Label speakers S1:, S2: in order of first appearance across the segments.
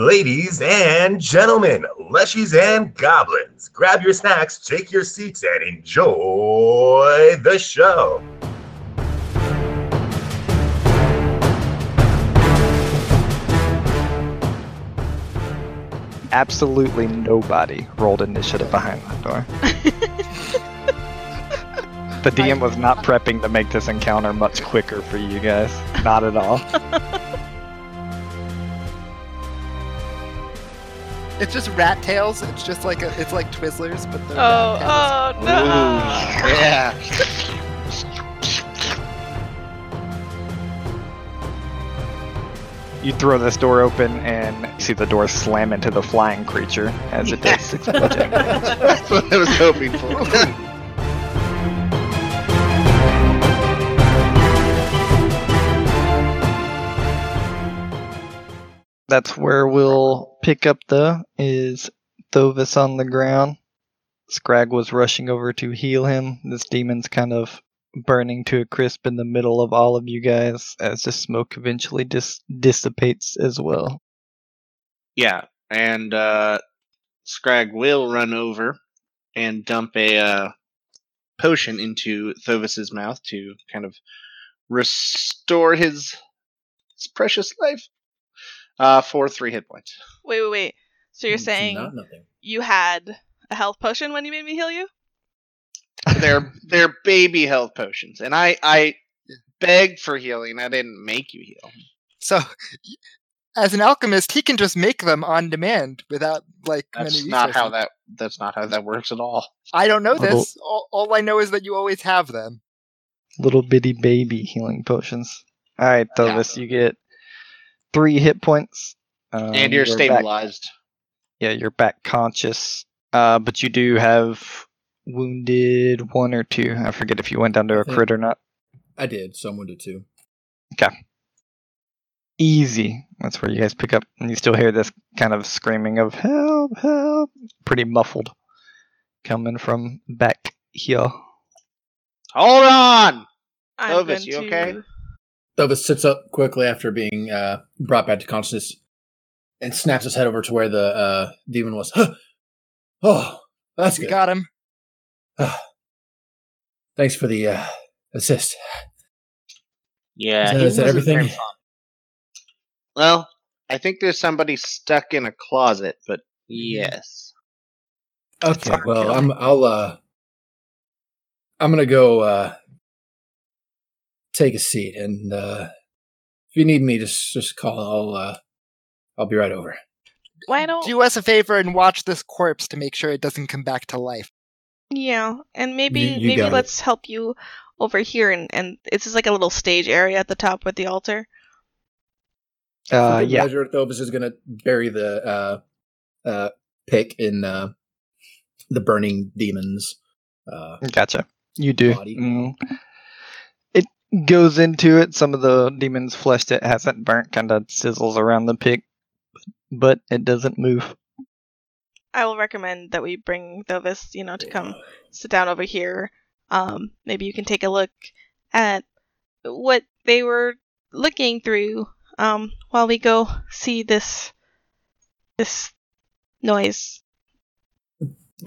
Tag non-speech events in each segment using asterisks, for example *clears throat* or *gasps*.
S1: Ladies and gentlemen, leshies and goblins, grab your snacks, take your seats, and enjoy the show.
S2: absolutely nobody rolled initiative behind that door. the DM was not prepping to make this encounter much quicker for you guys. Not at all.
S3: It's just rat tails. It's just like a, it's like Twizzlers, but they're
S4: Oh,
S3: rat
S4: oh no!
S5: Yeah.
S2: You throw this door open and you see the door slam into the flying creature as it does six damage.
S5: That's what I was hoping for.
S2: that's where we'll pick up the is Thovis on the ground. Scrag was rushing over to heal him. This demon's kind of burning to a crisp in the middle of all of you guys as the smoke eventually dis- dissipates as well.
S5: yeah, and uh, Scrag will run over and dump a uh, potion into Thovis's mouth to kind of restore his, his precious life uh, for three hit points.
S4: Wait, wait, wait. So you're
S6: It's
S4: saying
S6: not nothing.
S4: you had a health potion when you made me heal you?
S5: *laughs* they're they're baby health potions, and I I begged for healing. I didn't make you heal.
S3: tails. So, as an alchemist, he can just make them on demand without like
S5: That's
S3: many
S5: not how
S3: resources.
S5: that that's not how that works at all.
S3: I don't know
S2: Although-
S3: this. All, all I know is that you always have them.
S2: Little bitty baby healing potions. All right, Thovis, you get three hit points. Um,
S5: and you're
S2: back-
S5: stabilized.
S2: yeah, you're back conscious. Uh, but you do have wounded one or two. I forget if you went down to
S6: I
S2: a
S6: think-
S2: crit or not.
S6: I did. Someone did too.
S2: Easy. That's where you guys pick up, and you still hear this kind of screaming of help, help, pretty muffled, coming from back here.
S5: Hold on.
S4: I'm
S5: Elvis,
S4: going
S5: Oh, you
S4: to-
S5: okay?
S6: Thovis sits up quickly after being uh, brought back to consciousness and snaps his head over to where the uh, demon was. *gasps* Oh, that's
S3: We
S6: good.
S3: got him.
S6: Thanks for the uh, assist.
S5: Yeah.
S6: Is that-
S5: he
S6: is that
S5: wasn't
S6: everything?
S5: very fun. Well, I think there's somebody stuck in a closet, but yes.
S6: Okay,
S2: Fuck
S6: well,
S2: yeah.
S6: I'm I'll uh I'm gonna go uh take a seat and uh if you need me just just call I'll uh I'll be right over.
S4: Why don't
S3: Do us a favor and watch this corpse to make sure it doesn't come back to life.
S4: Yeah, and maybe
S6: you
S4: maybe
S6: got it.
S4: let's help you over here, and and it's just like a little stage area at the top with the altar.
S2: Uh,
S6: For good
S2: yeah,
S6: measure, Thovis is gonna bury the uh uh pick in uh the burning demons. Uh
S2: Gotcha. You do.
S6: Body.
S2: Mm. It goes into it. Some of the demons' flesh that hasn't burnt kind of sizzles around the pick, but it doesn't move.
S4: I will recommend that we bring Thovis, you know, to come sit down over here. Um, maybe you can take a look at what they were looking through um, while we go see this this noise.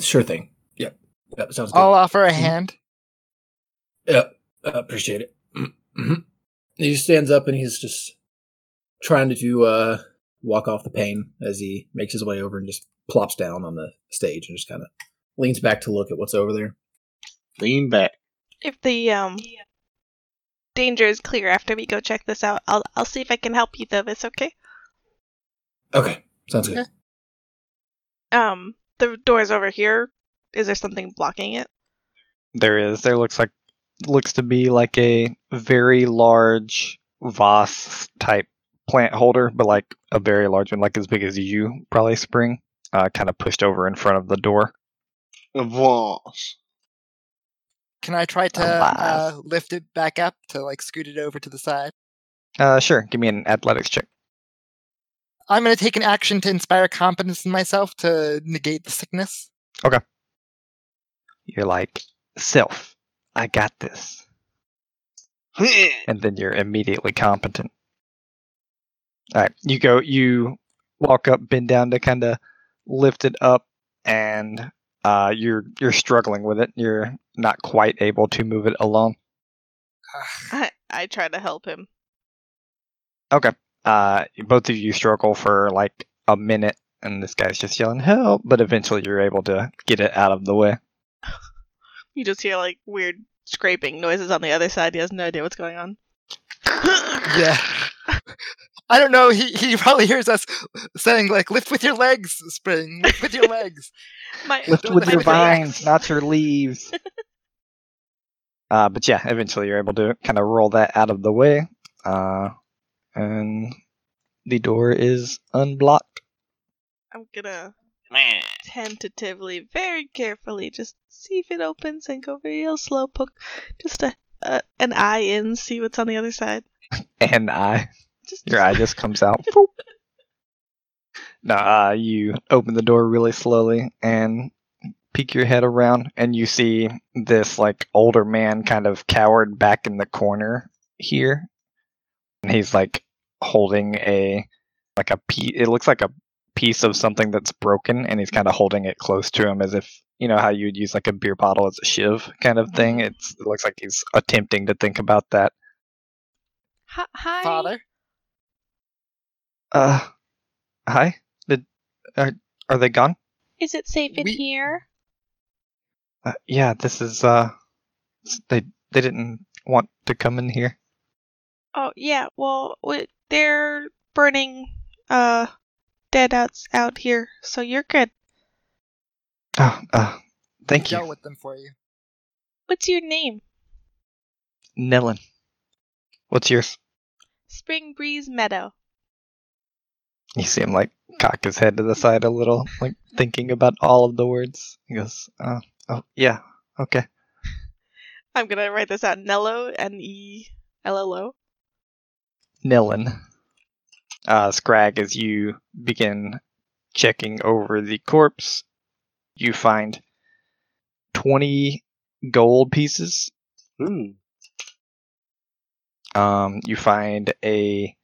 S6: sure thing. Yep. That sounds good.
S3: I'll offer
S2: Mm-hmm.
S3: a hand.
S6: Yep. I appreciate it. *clears throat* Mhm. he stands up and he's just trying to uh, walk off the pain as he makes his way over and just plops down on the stage and just kind of leans back to look at what's over there.
S5: Lean back.
S4: If the um danger is clear after we go check this out, I'll I'll see if I can help you, Thovis. Okay.
S6: Okay. Sounds good.
S3: Okay.
S4: Um, the door's over here. Is there something blocking it?
S2: There is. There looks like looks to be like a very large vase type plant holder, but like a very large one, like as big as you probably spring. Uh, kind of pushed over in front of the door.
S5: *laughs* Avance.
S3: Can I try to
S2: Alive.
S3: uh, lift it back up to like scoot it over to the side?
S2: Uh, sure. Give me an athletics check.
S3: I'm going to take an action to inspire confidence in myself to negate the sickness.
S2: You're like self. I got this, Hmm. and then you're immediately competent. All right. You go. You walk up, bend down to kind of lift it up, and uh, you're you're struggling with it. You're not quite able to move it along.
S4: I, I try to help him.
S2: Uh, both of you struggle for like a minute, and this guy's just yelling help. But eventually, you're able to get it out of the way.
S4: You just hear like weird scraping noises on the other side. He has no idea what's going on.
S3: Yeah. I don't know. He he probably hears us saying like, "Lift with your legs, Spring. Lift with your legs."
S4: My,
S2: Lift
S3: Don't
S2: with your
S3: hit the axe.
S4: *laughs*
S2: vines, not your leaves. uh, but yeah, eventually you're able to kind of roll that out of the way. Uh, and the door is unblocked.
S4: I'm gonna
S5: Man.
S4: tentatively, very carefully, just see if it opens and go real slow. Poke just a, a an eye in, see what's on the other side.
S2: And I, *laughs*
S4: Just
S2: your eye just comes out. Boop. No, uh, you open the door really slowly and peek your head around, and you see this like older man kind of cowered back in the corner here, and he's like holding a like a pe- it looks like a piece of something that's broken, and he's kind of holding it close to him as if you know how you would use like a beer bottle as a shiv kind of thing. It's it looks like he's attempting to think about that.
S4: hi. *laughs* hi.
S3: Father,
S2: Uh, hi. Did are, are they gone?
S4: Is it safe in
S3: We-
S4: here?
S2: Uh, yeah, this is uh s- they they didn't want to come in here.
S4: Oh yeah. Well, we, they're burning uh dead outs out here, so you're good.
S2: Oh, uh thank
S3: yell
S2: you.
S3: with them for you.
S4: What's your name?
S2: Nellin. What's yours?
S4: Spring Breeze Meadow.
S2: You see him like cock his head to the side a little, like thinking about all of the words. He goes, uh, oh yeah, okay.
S4: I'm gonna write this out. Nello, N E L L O.
S2: Nellin. Uh, Scrag, as you begin checking over the corpse, you find 20 gold pieces.
S5: Ooh.
S2: Um, you find a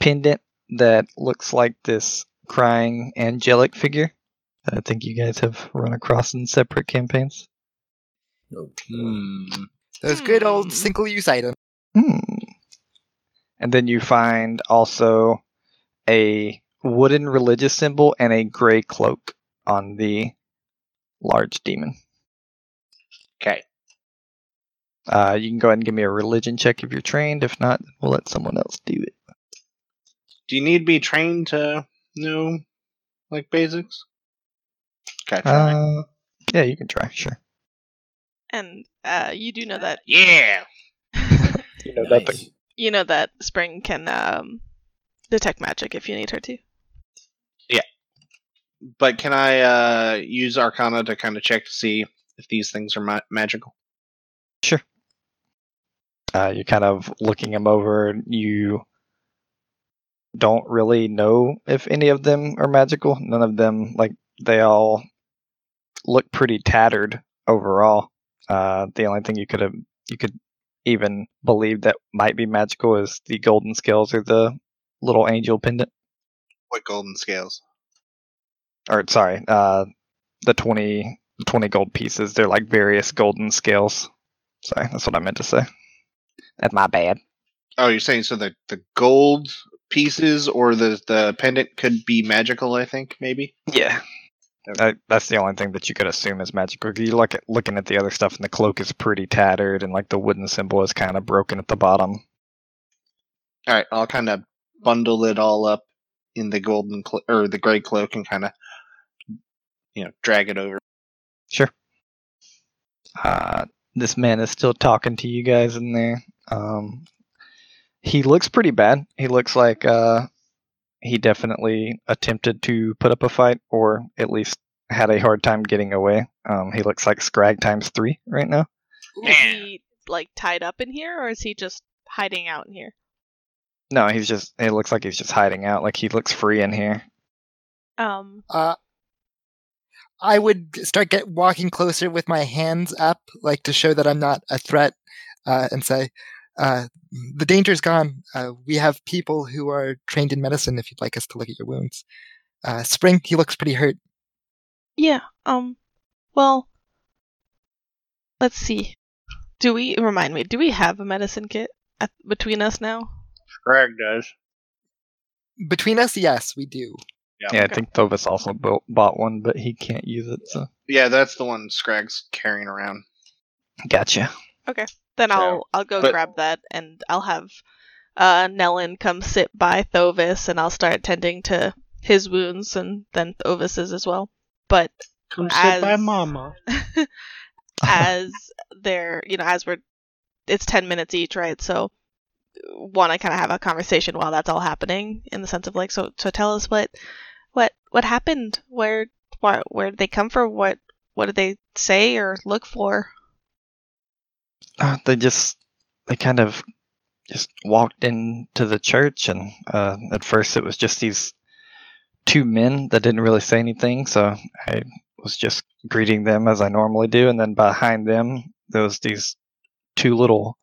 S2: pendant that looks like this crying angelic figure. that I think you guys have run across in separate campaigns.
S6: Oh,
S5: Hmm.
S3: Those good
S4: Hmm.
S3: old single-use items.
S2: Hmm. And then you find also a wooden religious symbol and a gray cloak on the large demon.
S5: Okay.
S2: Uh, you can go ahead and give me a religion check if you're trained. If not, we'll let someone else do it.
S5: Do you need to be trained to know like basics? Okay, try.
S2: Uh, yeah, you can try. Sure.
S4: And uh, you do know that
S5: yeah.
S3: *laughs*
S6: You know,
S2: Nice.
S6: nothing.
S4: you know that Spring can um, detect magic if you need her to.
S5: But can I uh use Arcana to kind of check to see if these things are ma- magical?
S2: Uh, you're kind of looking them over. You don't really know if any of them are magical. None of them, like, they all look pretty tattered overall. Uh, the only thing you could have, you could even believe that might be magical is the golden scales or the little angel pendant.
S5: What golden scales?
S2: Or sorry, uh, the 20, 20 gold pieces. They're like various golden scales. Sorry, that's what I meant to say. That's my bad.
S5: Oh, you're saying so the the gold pieces or the the pendant could be magical? I think maybe.
S2: Yeah. Uh, that's the only thing that you could assume is magical. You look at looking at the other stuff, and the cloak is pretty tattered, and like the wooden symbol is kind of broken at the bottom.
S5: All right, I'll kind of bundle it all up in the golden clo- or the gray cloak and kind of you know drag it over.
S2: Uh, this man is still talking to you guys in there. Um, he looks pretty bad. He looks like uh, he definitely attempted to put up a fight, or at least had a hard time getting away. Um, he looks like Scrag times three right now.
S4: Is he like tied up in here, or is he just hiding out in here?
S2: No, he's just. It looks like he's just hiding out. Like he looks free in here.
S4: Um,
S3: Uh, I would start get walking closer with my hands up, like to show that I'm not a threat, uh, and say, Uh, the danger's gone. Uh, we have people who are trained in medicine if you'd like us to look at your wounds. Uh, Spring, he looks pretty hurt.
S4: Yeah. Um. Well, let's see. Do we remind me? Do we have a medicine kit at, between us now?
S5: Scrag does.
S3: Between us, yes, we do.
S2: Yeah, I
S4: Okay.
S2: think Thovis also bo- bought one, but he can't use it. So
S5: Yeah, that's the one Scrag's carrying around.
S2: gotcha.
S4: Then
S5: So,
S4: I'll I'll go
S5: but-
S4: grab that and I'll have uh Nellin come sit by Thovis and I'll start tending to his wounds and then Thovis's as well. But
S5: Come
S4: sit by As- mama. *laughs* as they're you know as we're it's 10 minutes each right so want to kind of have a conversation while that's all happening in the sense of like so so tell us what what what happened where why, where did they come from what what did they say or look for
S2: Uh, they just they kind of just walked into the church, and uh, at first it was just these two men that didn't really say anything. So I was just greeting them as I normally do, and then behind them there was these two little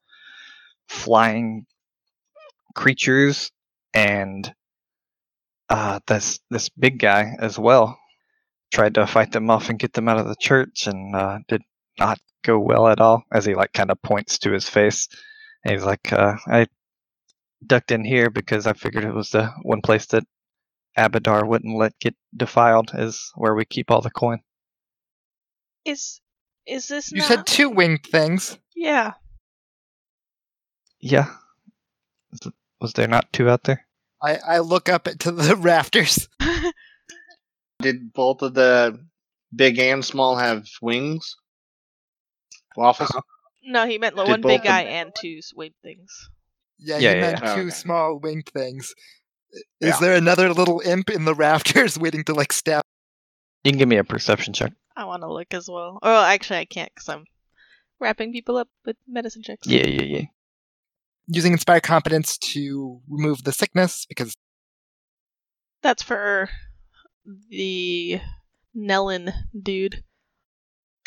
S2: flying creatures, and uh, this this big guy as well tried to fight them off and get them out of the church, and uh, did go well at all as he like kind of points to his face and he's like uh, i ducked in here because i figured it was the one place that abadar wouldn't let get defiled is where we keep all the coin
S4: is is this
S3: You
S4: not
S3: said two winged things.
S4: yeah *laughs*
S2: yeah Is it- was there not two out there
S3: I, I look up to the *laughs* rafters.
S5: Did both of the big and small have wings? Waffles?
S4: no he meant
S5: Did
S4: one
S5: both
S4: big
S5: of
S4: guy
S5: them-
S4: and two sweet things
S3: Yeah,
S2: Yeah,
S3: you
S2: yeah,
S3: meant
S5: yeah.
S3: two
S5: Okay.
S3: small winged things. Is
S5: Yeah.
S3: there another little imp in the rafters *laughs* waiting to like stab?
S2: you can give me a perception check
S4: i want to look as well oh actually i can't because i'm wrapping people up with medicine checks
S2: yeah yeah yeah
S3: Using inspire competence to remove the sickness because
S4: That's for the Nellin dude.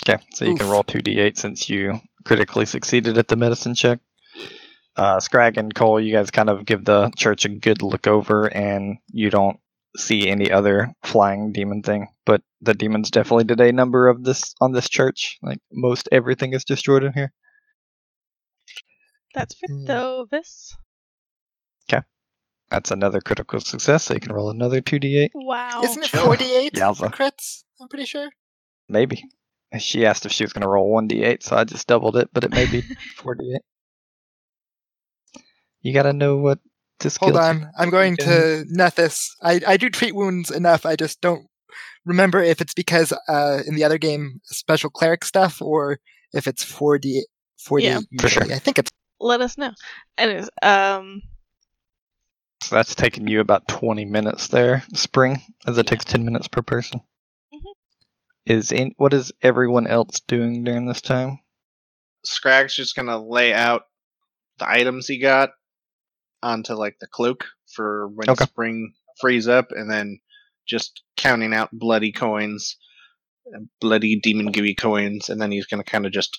S2: okay so you can
S3: Oof.
S2: roll 2d8 since you critically succeeded at the medicine check uh, Scrag and Cole, you guys kind of give the church a good look over, and you don't see any other flying demon thing. But the demons definitely did a number of this on this church. Like most everything is destroyed in here.
S4: That's for
S3: Hmm.
S4: Thovis.
S2: That's another critical success. So you can roll another two d8,
S4: Wow.
S3: isn't it
S5: chill.
S3: forty eight
S2: Yowza.
S3: crits? I'm pretty sure.
S2: maybe. She asked if she was going to roll one d8, so I just doubled it, but it
S3: *laughs*
S2: may be four d8. You gotta know what to skill.
S3: Hold on, I'm going
S2: Okay.
S3: to Nethys. I I do treat wounds enough. I just don't remember if it's because uh in the other game special cleric stuff or if it's forty forty.
S4: Yeah.
S2: For sure.
S3: usually. I think it's
S4: *laughs* Let us know. Anyways, um,
S2: So that's taking you about 20 minutes there, spring, as it takes 10 minutes per person.
S4: Mhm.
S5: Mm-hmm.
S2: Is in, what is everyone else doing during this time?
S5: Scrag's just gonna lay out the items he got onto like the cloak for when
S2: Okay.
S5: spring frees up, and then just counting out bloody coins, uh, bloody demon gooey coins, and then he's gonna kind of just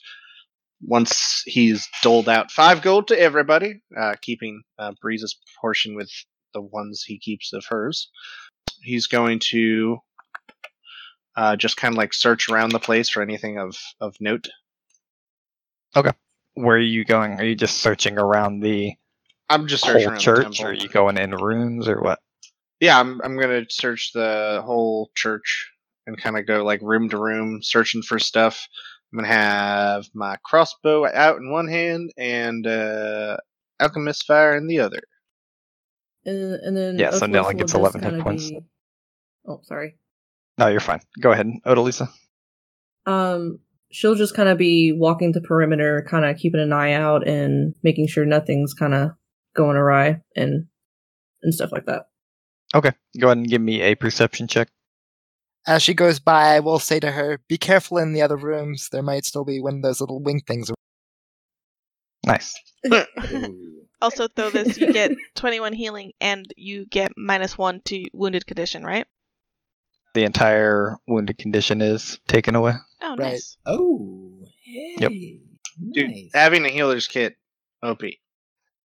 S5: once he's doled out five gold to everybody, uh, keeping uh, Breeze's portion with the ones he keeps of hers. He's going to uh, just kind of like search around the place for anything of of note.
S2: Where are you going? Are you just searching around the
S5: I'm just searching
S2: whole
S5: around
S2: church,
S5: the
S2: or are
S5: temple.
S2: you going in rooms, or what?
S5: Yeah, I'm I'm gonna search the whole church and kind of go like room to room, searching for stuff. I'm gonna have my crossbow out in one hand and uh, alchemist fire in the other. *laughs*
S7: And, and then
S2: Yeah, so
S7: of
S2: Nella
S7: course, will
S2: gets
S7: this
S2: 11 hit
S7: kinda
S2: points.
S7: be- Oh, sorry.
S2: No, you're fine. Go ahead, Odalisa.
S7: Um, she'll just kind of be walking the perimeter, kind of keeping an eye out and making sure nothing's kind of going awry and and stuff like that.
S2: Go ahead and give me a perception check.
S3: as she goes by, I will say to her, "Be careful in the other rooms. There might still be one of those little wing things."
S2: Nice.
S4: also Thovis, you
S3: *laughs*
S4: get 21 healing and you get minus one to wounded condition, right?
S2: The entire wounded condition is taken away.
S4: Oh,
S3: Right.
S4: nice.
S6: Oh, hey,
S2: Yep.
S5: Dude, having a healer's kit, OP.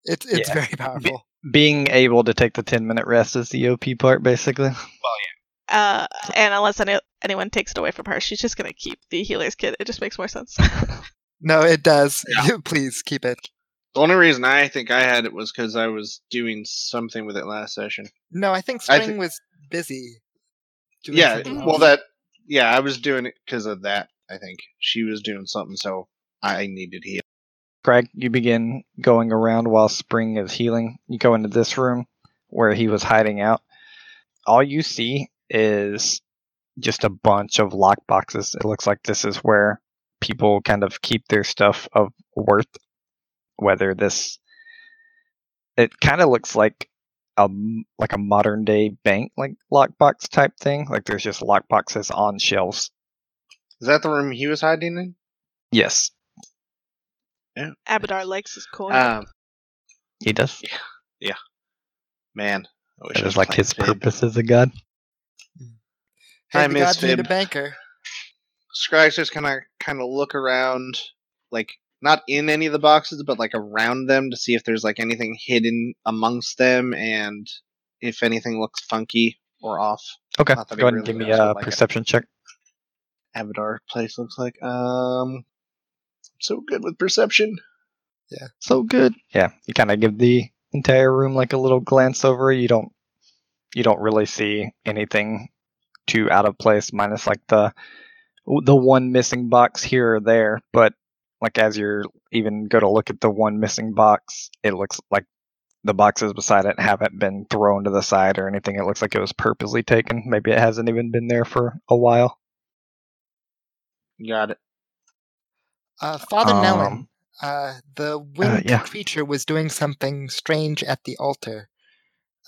S3: It's it's
S2: Yeah.
S3: very *laughs* powerful.
S2: Being able to take the 10 minute rest is the OP part, basically.
S4: Uh, and unless any- anyone takes it away from her, she's just gonna keep the healer's kit. It just makes more sense. *laughs*
S3: No, it does. *laughs* Please keep it.
S5: The only reason I think I had it was because I was doing something with it last session.
S3: No, I think
S5: I
S3: Spring
S5: thi-
S3: was busy. doing
S5: yeah,
S3: something
S5: well,
S3: else.
S5: that yeah, I was doing it because of that. I think she was doing something, so I needed heal.
S2: Craig, you begin going around while Spring is healing. You go into this room where he was hiding out. All you see is just a bunch of lockboxes. It looks like this is where people kind of keep their stuff of worth. Whether this, it kind of looks like a m- like a modern day bank like lockbox type thing. Like there's just lockboxes on shelves.
S5: Is that the room he was hiding in?
S2: Yes,
S4: Abadar likes his coin.
S5: Um,
S2: he does.
S5: man, I wish
S2: It
S5: I
S2: is like
S5: fucking
S2: his
S5: paid.
S2: purpose as a god.
S3: Hey,
S5: I
S3: the
S5: miss
S3: God made a
S5: Fib.
S3: banker.
S5: Scraggs just kind of kind of look around, like not in any of the boxes, but like around them to see if there's like anything hidden amongst them, and if anything looks funky or off.
S2: Okay,
S5: Not that
S2: go ahead
S5: it
S2: and
S5: really
S2: give me
S5: does,
S2: a
S5: but like it.
S2: perception check.
S5: Abadar place looks like. Um, so good with perception.
S2: So good. Yeah, you kind of give the entire room like a little glance over. You don't, you don't really see anything too out of place, minus like the the one missing box here or there. But like as you're even go to look at the one missing box, it looks like the boxes beside it haven't been thrown to the side or anything. It looks like it was purposely taken. Maybe it hasn't even been there for a while.
S5: Got it.
S3: Uh, Father Nellon,
S2: Um,
S3: uh, the winged
S2: yeah.
S3: creature was doing something strange at the altar.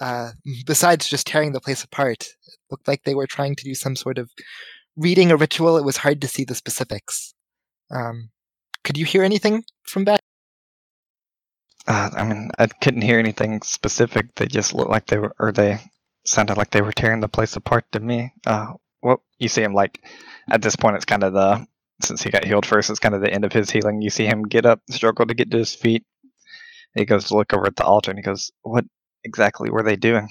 S3: Uh, *laughs* besides just tearing the place apart, it looked like they were trying to do some sort of reading or ritual. It was hard to see the specifics. Um, could you hear anything from back?
S2: Uh, I mean, I couldn't hear anything specific. They just looked like they were, or they sounded like they were tearing the place apart to me. Uh, well, you see him like, at this point, it's kind of the since he got healed first, it's kind of the end of his healing. You see him get up, struggle to get to his feet. He goes to look over at the altar and he goes, "What exactly were they doing?"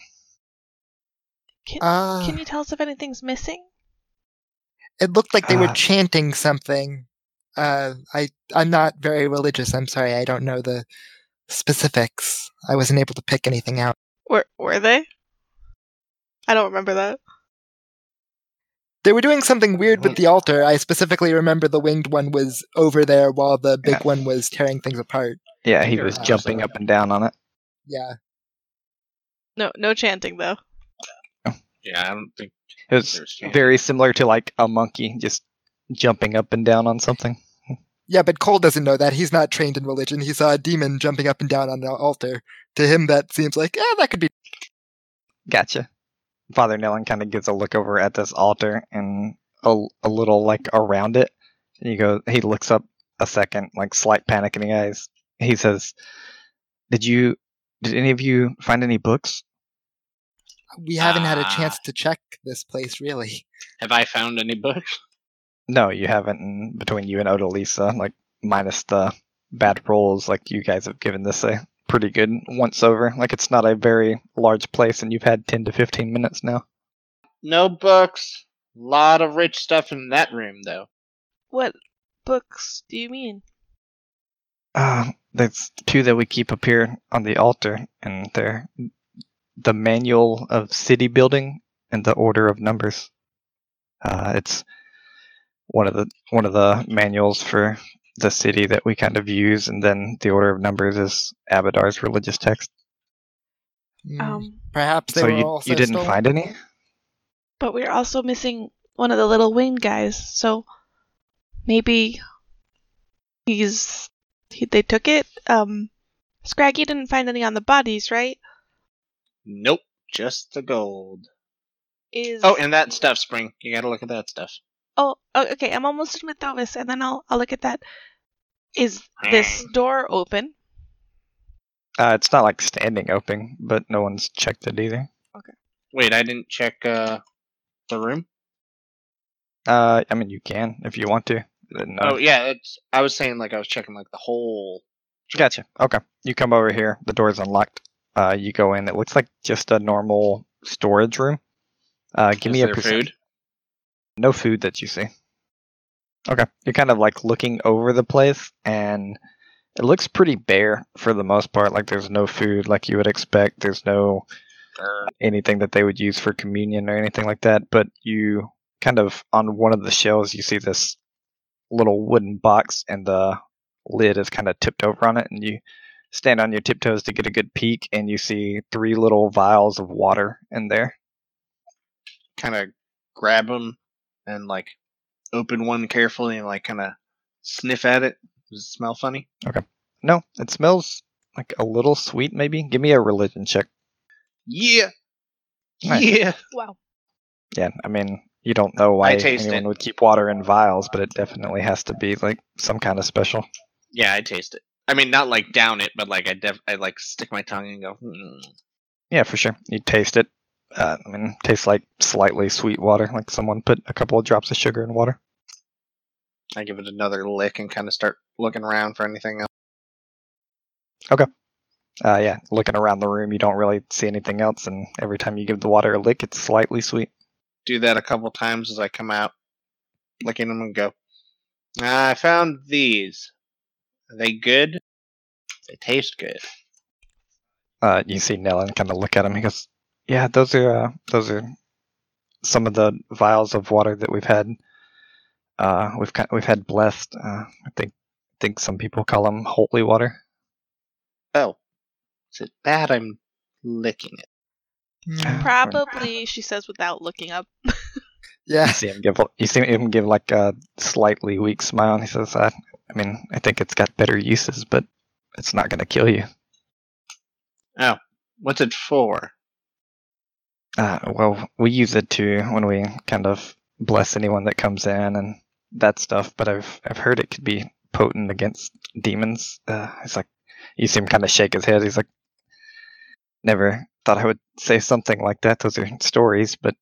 S3: Uh,
S4: Can you tell us if anything's missing?
S3: it looked like they were
S2: Ah.
S3: chanting something. Uh, I I'm not very religious. I'm sorry. I don't know the specifics. I wasn't able to pick anything out.
S4: Were were they? I don't remember that.
S3: They were doing something weird with the altar. I specifically remember the winged one was over there while the big
S2: Yeah.
S3: one was tearing things apart.
S2: Yeah, he
S5: Sure,
S2: was
S3: uh,
S2: jumping
S5: so-
S2: up and down on it.
S3: Yeah.
S4: No, no chanting though.
S5: Yeah, I don't think
S2: It was
S5: there's change.
S2: very similar to like a monkey just jumping up and down on something.
S3: Yeah, but Cole doesn't know that. He's not trained in religion. He saw a demon jumping up and down on an altar. To him, that seems like, yeah, that could be.
S2: Gotcha. Father Nellon kind of gives a look over at this altar and a, a little like around it. And he goes, he looks up a second, like slight panic in the eyes. He says, "Did you? Did any of you find any books?
S3: We haven't had a
S5: Ah.
S3: chance to check this place, really.
S5: Have I found any books?
S2: No, you haven't. And between you and Odalisa, like minus the bad rolls, like you guys have given this a pretty good once over. Like it's not a very large place, and you've had ten to fifteen minutes now.
S5: No books. Lot of rich stuff in that room, though.
S4: What books do you mean?
S2: Uh, there's two that we keep up here on the altar, and they're the Manual of City Building and the Order of Numbers. Uh, it's one of the one of the manuals for the city that we kind of use, and then the Order of Numbers is Abadar's religious text.
S3: Hmm,
S4: Um,
S3: Perhaps they
S2: so
S3: were
S2: you
S3: also
S2: you didn't
S3: stolen.
S2: find any?
S4: but we're also missing one of the little winged guys, so maybe he's he, they took it. Um, Scraggy didn't find any on the bodies, right?
S5: Nope, just the gold.
S4: Is
S5: Oh, and that stuff, Spring. You gotta look at that stuff.
S4: Oh, oh, okay. I'm almost done with Thomas, and then I'll I'll look at that. Is this door open?
S2: Uh, it's not like standing open, but no one's checked it either.
S5: Wait, I didn't check uh, the room.
S2: Uh, I mean, you can if you want to. but No,
S5: Oh yeah, it's. I was saying like I was checking like the whole
S2: Gotcha. Okay. You come over here. The door's unlocked. Uh, you go in. It looks like just a normal storage room. Uh, give
S5: Is
S2: me a
S5: there
S2: perce-
S5: food?
S2: No food that you see. Okay. You're kind of like looking over the place, and it looks pretty bare for the most part. Like there's no food like you would expect. There's no
S5: Uh,
S2: anything that they would use for communion or anything like that, but you kind of on one of the shelves you see this little wooden box and the lid is kind of tipped over on it and you stand on your tiptoes to get a good peek and you see three little vials of water in there.
S5: kind of grab them and like open one carefully and like kind of sniff at it. Does it smell funny?
S2: No, it smells like a little sweet maybe. Give me a religion check.
S5: Yeah.
S2: Nice.
S5: Yeah.
S4: Wow.
S2: Yeah, I mean, you don't know why
S5: taste
S2: anyone
S5: it.
S2: would keep water in vials, but it definitely has to be like some kind of special.
S5: Yeah, I taste it. I mean, not like down it, but like I def- I like stick my tongue and go. Mm.
S2: Yeah, for sure. You taste it. Uh, I mean, tastes like slightly sweet water, like someone put a couple of drops of sugar in water.
S5: I give it another lick and kind of start looking around for anything else.
S2: Uh, yeah, looking around the room, you don't really see anything else, and every time you give the water a lick, it's slightly sweet.
S5: Do that a couple times as I come out, licking them and go. "Ah, I found these. Are they good? They taste good.
S2: Uh, you see Nellin kind of look at him. He goes, "Yeah, those are uh, those are some of the vials of water that we've had. Uh, we've got, we've had blessed. Uh, I think think some people call them holy water.
S5: Oh, is it bad? I'm licking it.
S2: Oh.
S3: Mm,
S4: Probably, she says without looking up.
S3: Yeah.
S2: You see him give. You see him give like a slightly weak smile, and he says, "I, I mean, I think it's got better uses, but it's not going to kill you."
S5: What's it for?
S2: Uh, well, we use it to when we kind of bless anyone that comes in and that stuff. But I've I've heard it could be potent against demons. Uh, it's like you see him kind of shake his head. He's like, "Never thought I would say something like that. Those are stories, but."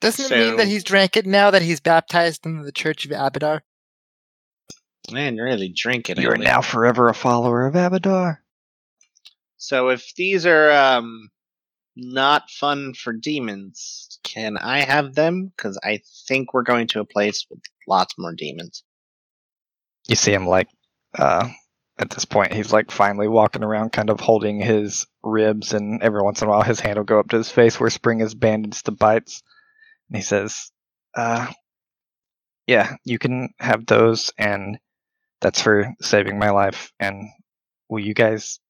S3: Doesn't it mean that
S5: So-
S3: he's drank it now that he's baptized in the Church of Abadar?
S5: Man, you're really drinking it.
S2: You are
S5: Lee.
S2: now forever a follower of Abadar.
S5: So if these are um not fun for demons, can I have them? Because I think we're going to a place with lots more demons.
S2: you see him like uh at this point he's like finally walking around kind of holding his ribs and every once in a while his hand will go up to his face where spring is bandaged to bites and he says uh yeah you can have those and that's for saving my life and will you guys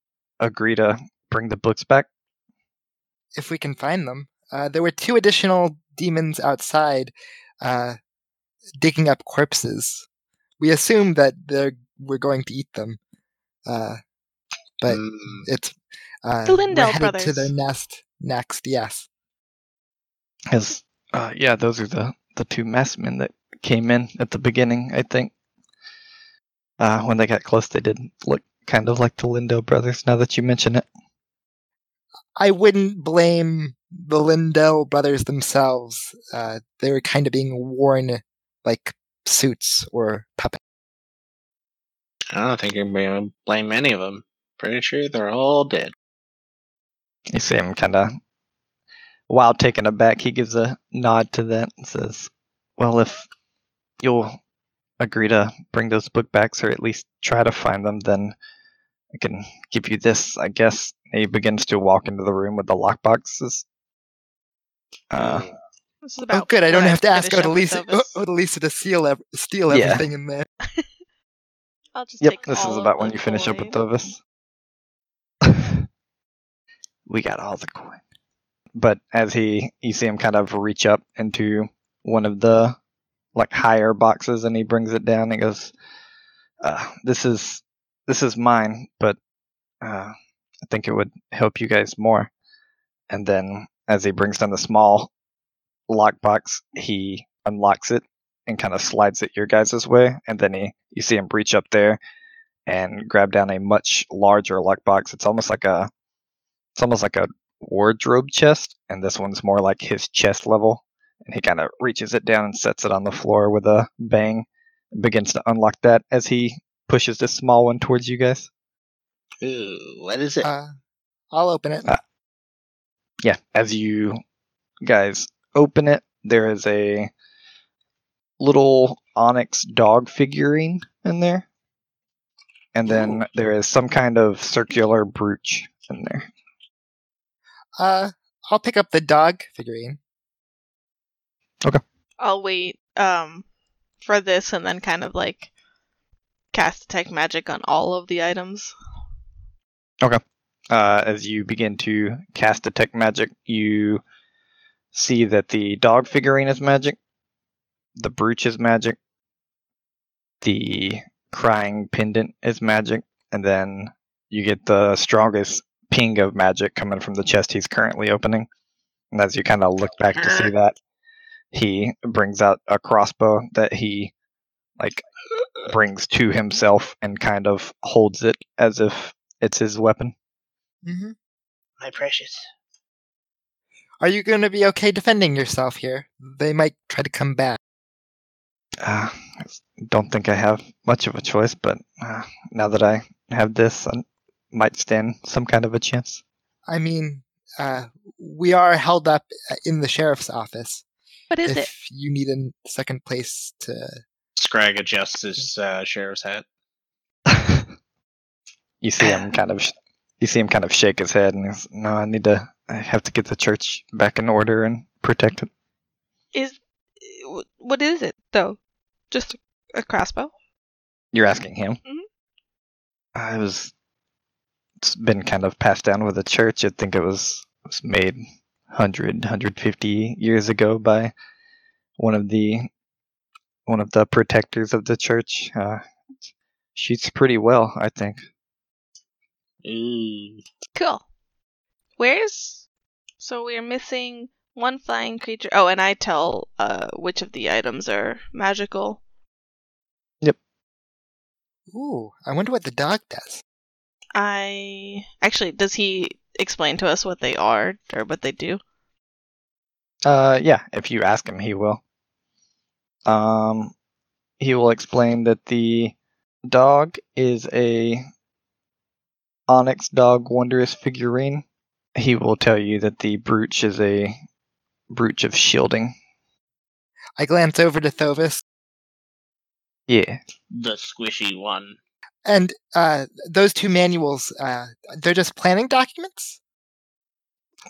S2: agree to bring the books back
S3: if we can find them. Uh, there were two additional demons outside uh, digging up corpses. We assume that they're we're going to eat them. Uh, But-
S5: Mm,
S3: it's uh,
S4: The Lindell
S3: we're headed to
S4: brothers.
S3: their nest next. Yes,
S2: Yes. Uh, yeah, those are the, the two masked men that came in at the beginning, I think. Uh, when they got close, they did look kind of like the Lindo brothers, now that you mention it.
S3: I wouldn't blame the Lindell brothers themselves. Uh, they were kind of being worn like suits or puppets.
S5: I don't think I'm going to blame any of them. Pretty sure they're all dead.
S2: You see him kind of, while taken aback, he gives a nod to that and says, Well, if you'll agree to bring those book backs or at least try to find them, then I can give you this, I guess. He begins to walk into the room with the lockboxes. Uh,
S5: Mm.
S4: This is
S3: Oh,
S4: about
S3: good! I don't
S4: when
S3: have to ask
S4: finish up with
S3: Odalisa,
S4: Thovis.
S3: Odalisa *laughs* to seal ev- steal
S2: Yeah.
S3: everything in there.
S4: I'll just
S2: Yep,
S4: take
S2: this
S4: all
S2: is
S4: of
S2: about when
S4: the
S2: you finish up with
S4: coin.
S2: Thovis. *laughs* we got all the coin. But as he, you see him kind of reach up into one of the like higher boxes, and he brings it down. and goes, uh, "This is this is mine, but uh, I think it would help you guys more." And then as he brings down the small lockbox, he unlocks it and kind of slides it your guys' way. And then he, you see him reach up there and grab down a much larger lockbox. It's almost like a, it's almost like a wardrobe chest, and this one's more like his chest level. And he kind of reaches it down and sets it on the floor with a bang. Begins to unlock that as he pushes this small one towards you guys.
S5: Ooh, what is it?
S3: Uh, I'll open it.
S4: Uh
S2: Ah. yeah, as you guys open it, there is a little onyx dog figurine in there. And then there is some kind of circular brooch in there.
S3: Uh, I'll pick up the dog figurine.
S4: I'll wait um for this and then kind of like cast detect magic on all of the items.
S2: Uh, as you begin to cast detect magic, you see that the dog figurine is magic, the brooch is magic, the crying pendant is magic, and then you get the strongest ping of magic coming from the chest he's currently opening. And as you kind of look back to see that, he brings out a crossbow that he like brings to himself and kind of holds it as if it's his weapon.
S3: Mm-hmm.
S5: My precious.
S3: Are you going to be okay defending yourself here? They might try to come back.
S2: Uh, I s- don't think I have much of a choice, but uh, now that I have this, I might stand some kind of a chance. *laughs*
S3: I mean, uh, we are held up uh, in the sheriff's office.
S4: What is
S3: if
S4: it?
S3: you need a second place to,
S5: Scrag adjusts his uh, sheriff's hat.
S2: you see him kind of, sh- you see him kind of shake his head, and he's, no, I need to, I have to get the church back in order and protect it.
S4: Is wh- what is it though? Just a crossbow?
S2: You're asking him.
S4: Mhm.
S2: I was, it's been kind of passed down with the church. I think it was, it was made 100, 150 years ago by one of the one of the protectors of the church. Uh, shoots pretty well, I think.
S5: Ooh.
S4: Cool. Where's so we're missing one flying creature. Oh, and I tell uh which of the items are magical.
S3: ooh, I wonder what the dog does.
S4: I actually does he explain to us what they are or what they do?
S2: Uh, yeah, if you ask him, he will. Um, he will explain that the dog is a onyx dog wondrous figurine. He will tell you that the brooch is a brooch of shielding.
S3: I glance over to Thovis,
S2: Yeah.
S5: The squishy one.
S3: and uh, those two manuals, uh, they're just planning documents?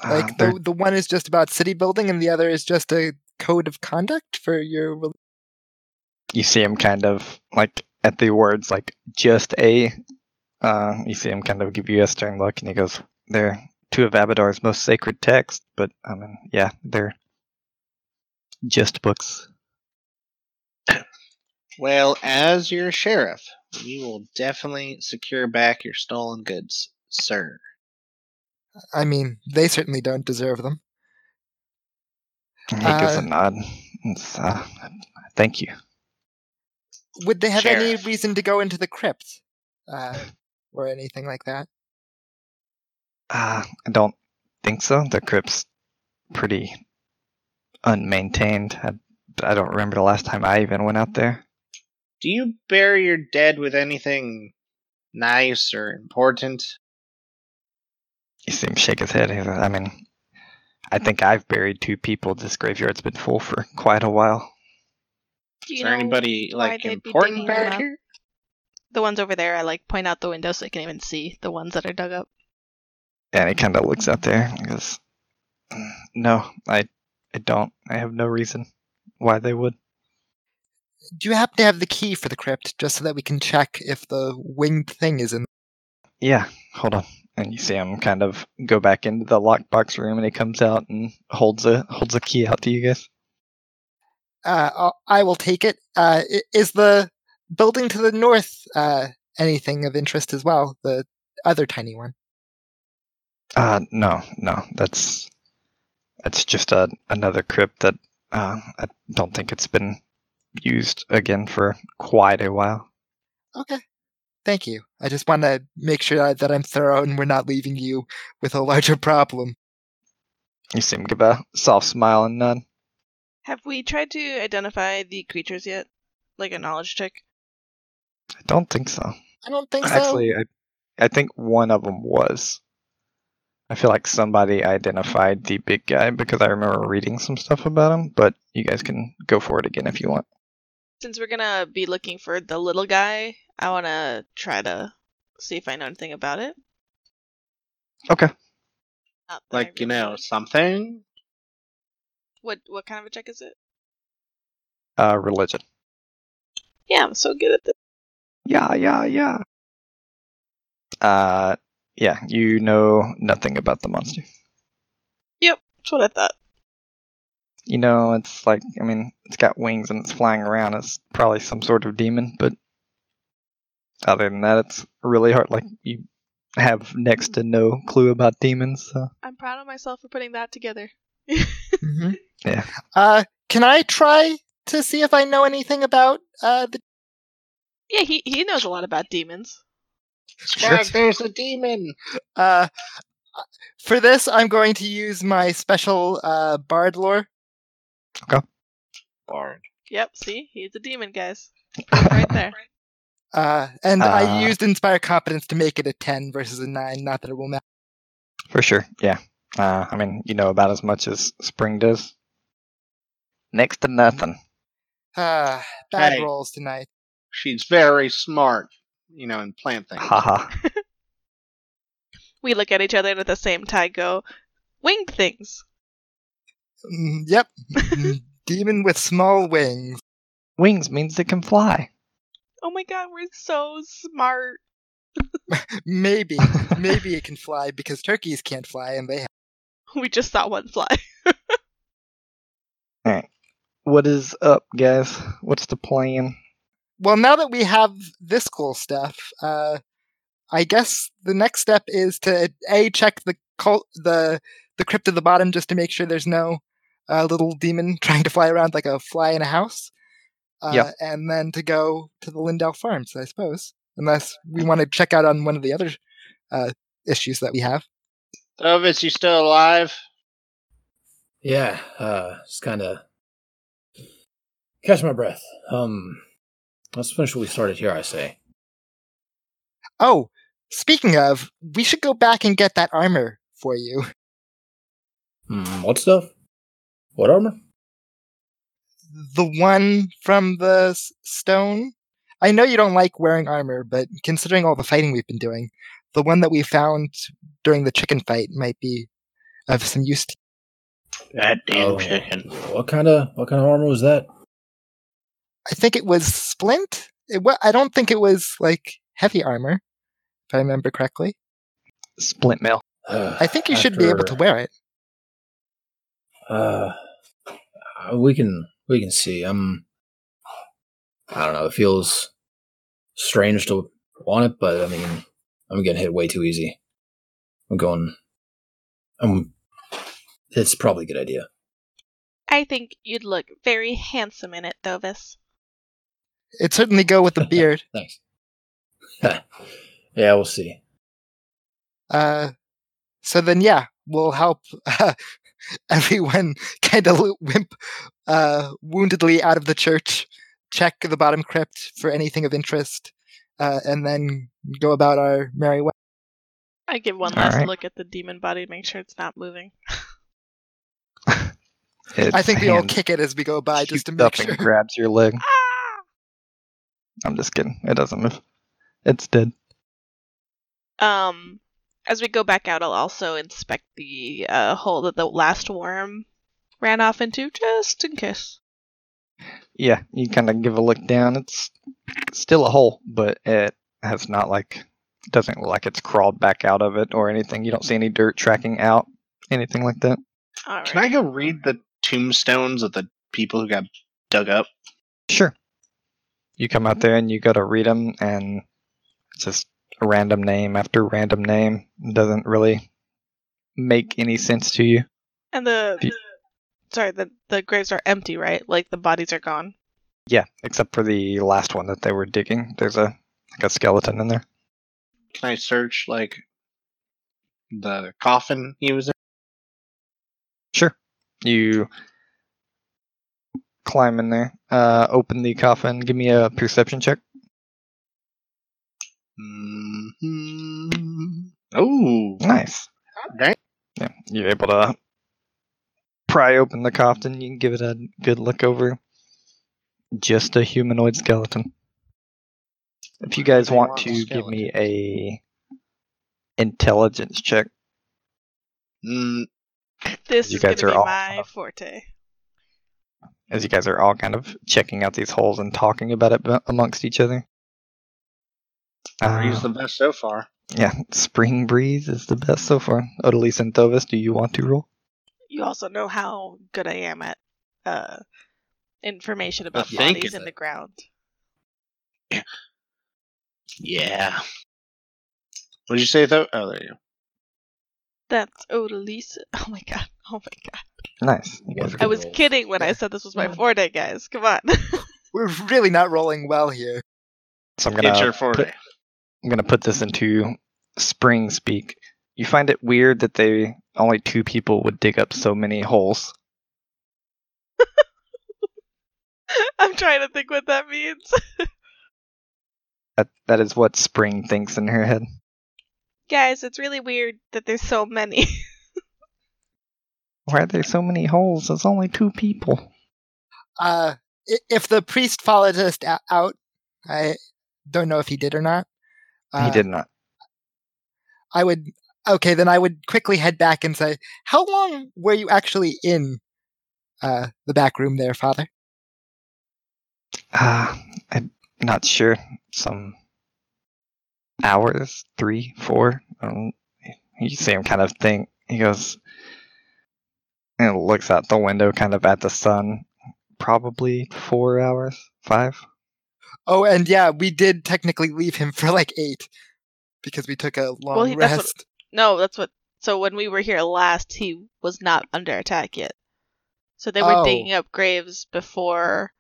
S2: uh,
S3: Like,
S2: they're-
S3: the, the one is just about city building, and the other is just a code of conduct for your. rel-
S2: you see him E kind of like at the words like just a uh you see him kind of give you a stern look and he goes they're two of abadar's most sacred texts but i mean yeah they're just books
S5: Well, as your sheriff, we will definitely secure back your stolen goods, sir.
S3: I mean, they certainly don't deserve them.
S2: and he gives
S3: Uh,
S2: a nod It's, uh, thank you
S3: Would they have any
S5: Sheriff.
S3: reason to go into the crypt? Uh, or anything like that?
S2: uh i don't think so the crypt's pretty unmaintained i, I don't remember the last time i even went out there
S5: Do you bury your dead with anything nice or important?
S2: You see him shake his head. He's like, I mean, I think I've buried two people. This graveyard's been full for quite a while.
S4: Do
S5: Is there anybody
S4: why
S5: like
S4: they'd be
S5: important
S4: digging them
S5: back
S4: up?
S5: here?
S4: the ones over there? I like point out the window so I can even see the ones that are dug up.
S2: And he kind of looks out there and goes, No, I, I don't. I have no reason why they would.
S3: Do you happen to have the key for the crypt, just so that we can check if the winged thing is in?
S2: Yeah, hold on. And you see him kind of go back into the lockbox room, and he comes out and holds a holds a key out to you guys.
S3: Uh, I'll- I will take it. Uh, i- is the building to the north uh, anything of interest as well? The other tiny one.
S2: Uh, no, no, that's that's just a, another crypt that uh, I don't think it's been used again for quite a while.
S3: Okay. Thank you. I just want to make sure that- that I'm thorough and we're not leaving you with a larger *laughs* problem.
S2: You see him give a soft smile and nod.
S4: Have we tried to identify the creatures yet? Like a knowledge check?
S2: I don't think so.
S3: I don't think so.
S2: Actually, I, I think one of them was. I feel like somebody identified the big guy because I remember reading some stuff about him, but you guys can go for it again if you want.
S4: Since we're gonna be looking for the little guy, I wanna try to see if I know anything about it.
S2: Okay.
S4: Not that I
S5: Like, you
S4: really
S5: know,
S4: would.
S5: something?
S4: What what kind of a check is it?
S2: Uh, religion.
S4: Yeah, I'm so good at this.
S2: Yeah, yeah, yeah. Uh, yeah, you know nothing about the monster.
S4: That's what I thought.
S2: You know, it's like, I mean, it's got wings and it's flying around. It's probably some sort of demon, but other than that, it's really hard. Like, you have next to no clue about demons, so.
S4: I'm proud of myself for putting that together. *laughs*
S3: Mhm.
S2: Yeah.
S3: Uh, can I try to see if I know anything about uh, the
S4: Yeah, he he knows a lot about demons.
S5: Scrag, there's a demon!
S3: Uh, for this, I'm going to use my special uh, bard lore.
S5: Bard.
S4: Yep, see, he's a demon, guys. Right there.
S3: Uh, and I
S2: Ah.
S3: used Inspire Competence to make it a 10 versus a 9. Not that it will matter.
S2: *laughs* For sure, yeah. Uh, I mean, you know about as much as Spring does. Next to nothing.
S3: Uh, bad
S5: Hey.
S3: rolls tonight.
S5: She's very smart, you know, and plant things.
S2: Haha.
S4: we look at each other and at the same time go, winged things.
S3: Mm, yep. Mm, Demon with small wings.
S2: Wings means it can fly.
S4: Oh my god, we're so smart.
S3: Maybe. Maybe it can fly because turkeys can't fly and they have.
S4: *laughs* We just saw one fly.
S2: What is up, guys? What's the plan?
S3: Well, now that we have this cool stuff, uh, I guess the next step is to a check the cult, the the crypt at the bottom just to make sure there's no uh, little demon *laughs* trying to fly around like a fly in a house. Uh,
S2: Yeah.
S3: And then to go to the Lindell Farms, I suppose, unless we want to check out on one of the other uh, issues that we have.
S5: Thovis, you still alive?
S6: Yeah, uh, just kind of catch my breath. Um, let's finish what we started here. I say.
S3: Oh, speaking of, we should go back and get that armor for you.
S6: Hmm, what stuff? What armor?
S3: The one from the s- stone. I know you don't like wearing armor, but considering all the fighting we've been doing, the one that we found during the chicken fight might be of some use. To-
S5: That damn
S6: Oh,
S5: chicken.
S6: What kind of what kind of armor was that?
S3: I think it was splint. It wa- I don't think it was like heavy armor, if I remember correctly.
S2: Splint mail.
S3: I think you should be able to wear it.
S6: Uh, we can we can see. Um, I don't know. It feels strange to want it, but I mean, I'm getting hit way too easy. I'm going. I'm. It's probably a good idea.
S4: I think you'd look very handsome in it, Thovis.
S3: It certainly go with the beard.
S6: Thanks. *laughs* yeah, we'll see.
S3: Uh, so then, yeah, we'll help *laughs* uh, everyone kind of wimp uh, woundedly out of the church, check the bottom crypt for anything of interest, uh, and then go about our merry way.
S4: I give one
S2: All
S4: last
S2: right.
S4: look at the demon body, make sure it's not moving.
S2: Its
S3: I think we all
S2: hand
S3: kick it as we go by just to
S2: shoots
S3: make
S2: up
S3: sure.
S2: and grabs your leg.
S4: Ah!
S2: I'm just kidding. It doesn't move. It's dead.
S4: Um, as we go back out, I'll also inspect the uh, hole that the last worm ran off into, just in case.
S2: Yeah, you kind of give a look down. It's still a hole, but it has not like doesn't look like it's crawled back out of it or anything. You don't see any dirt tracking out, anything like that.
S4: All right.
S5: Can I go read the tombstones of the people who got dug up?
S2: Sure. You come out there and you go to read them, and it's just a random name after random name. It doesn't really make any sense to you.
S4: and the,
S2: Do-
S4: the- sorry, the the graves are empty, right? Like the bodies are gone.
S2: Yeah, except for the last one that they were digging. There's a like a skeleton in there.
S5: Can I search, like, the coffin he was in?
S2: Sure. You climb in there, uh, open the coffin. Give me a perception check.
S5: hmm Oh,
S2: Nice.
S5: dang.
S2: Yeah, you're able to pry open the coffin. You can give it a good look over. Just a humanoid skeleton. If you
S5: Why do
S2: guys
S5: they
S2: want
S5: want
S2: to give me a intelligence check,
S5: Mm,
S4: This
S2: You
S4: is going
S2: guys
S4: to
S2: are
S4: be
S2: all-
S4: my forte.
S2: as you guys are all kind of checking out these holes and talking about it bu- amongst each other.
S5: he's
S2: Uh,
S5: the best so far.
S2: yeah, spring breeze is the best so far. Odalise and Thovis, do you want to roll?
S4: You also know how good I am at uh, information about
S5: think
S4: bodies
S5: is
S4: in
S5: it-
S4: the ground.
S5: Yeah. What'd you say though? Oh, there you go.
S4: That's Odalisa. *laughs* Oh my god. Oh my god.
S2: Nice. You guys are
S4: I
S2: good.
S4: was
S6: rolls.
S4: kidding when I
S3: Yeah.
S4: said this was my
S7: Yeah.
S4: forte, guys. Come on.
S3: *laughs*
S4: *laughs*
S3: We're really not rolling well here.
S2: So I'm
S5: Get
S2: gonna
S5: your forte.
S2: put- I'm gonna put this into spring speak. You find it weird that they only two people would dig up so many holes.
S4: I'm trying to think what that means. *laughs*
S2: That that is what spring thinks in her head.
S4: guys, it's really weird that there's so many. *laughs*
S2: Why are there so many holes? There's only two people.
S3: Uh, i- if the priest followed us a- out, I don't know if he did or not. Uh,
S2: he did not.
S3: I would. Okay, then I would quickly head back and say, "How long were you actually in uh, the back room there, Father?"
S2: Ah, I'm not sure. Some hours, three, four. I don't- You see him kind of think. He goes and looks out the window, kind of at the sun. Probably four hours, five.
S3: Oh, and yeah, we did technically leave him *laughs* for like eight because we took a long
S4: Well, he- that's what-
S3: rest.
S4: no, that's what. So when we were here last, he was not under attack yet. So they were
S3: Oh.
S4: digging up graves before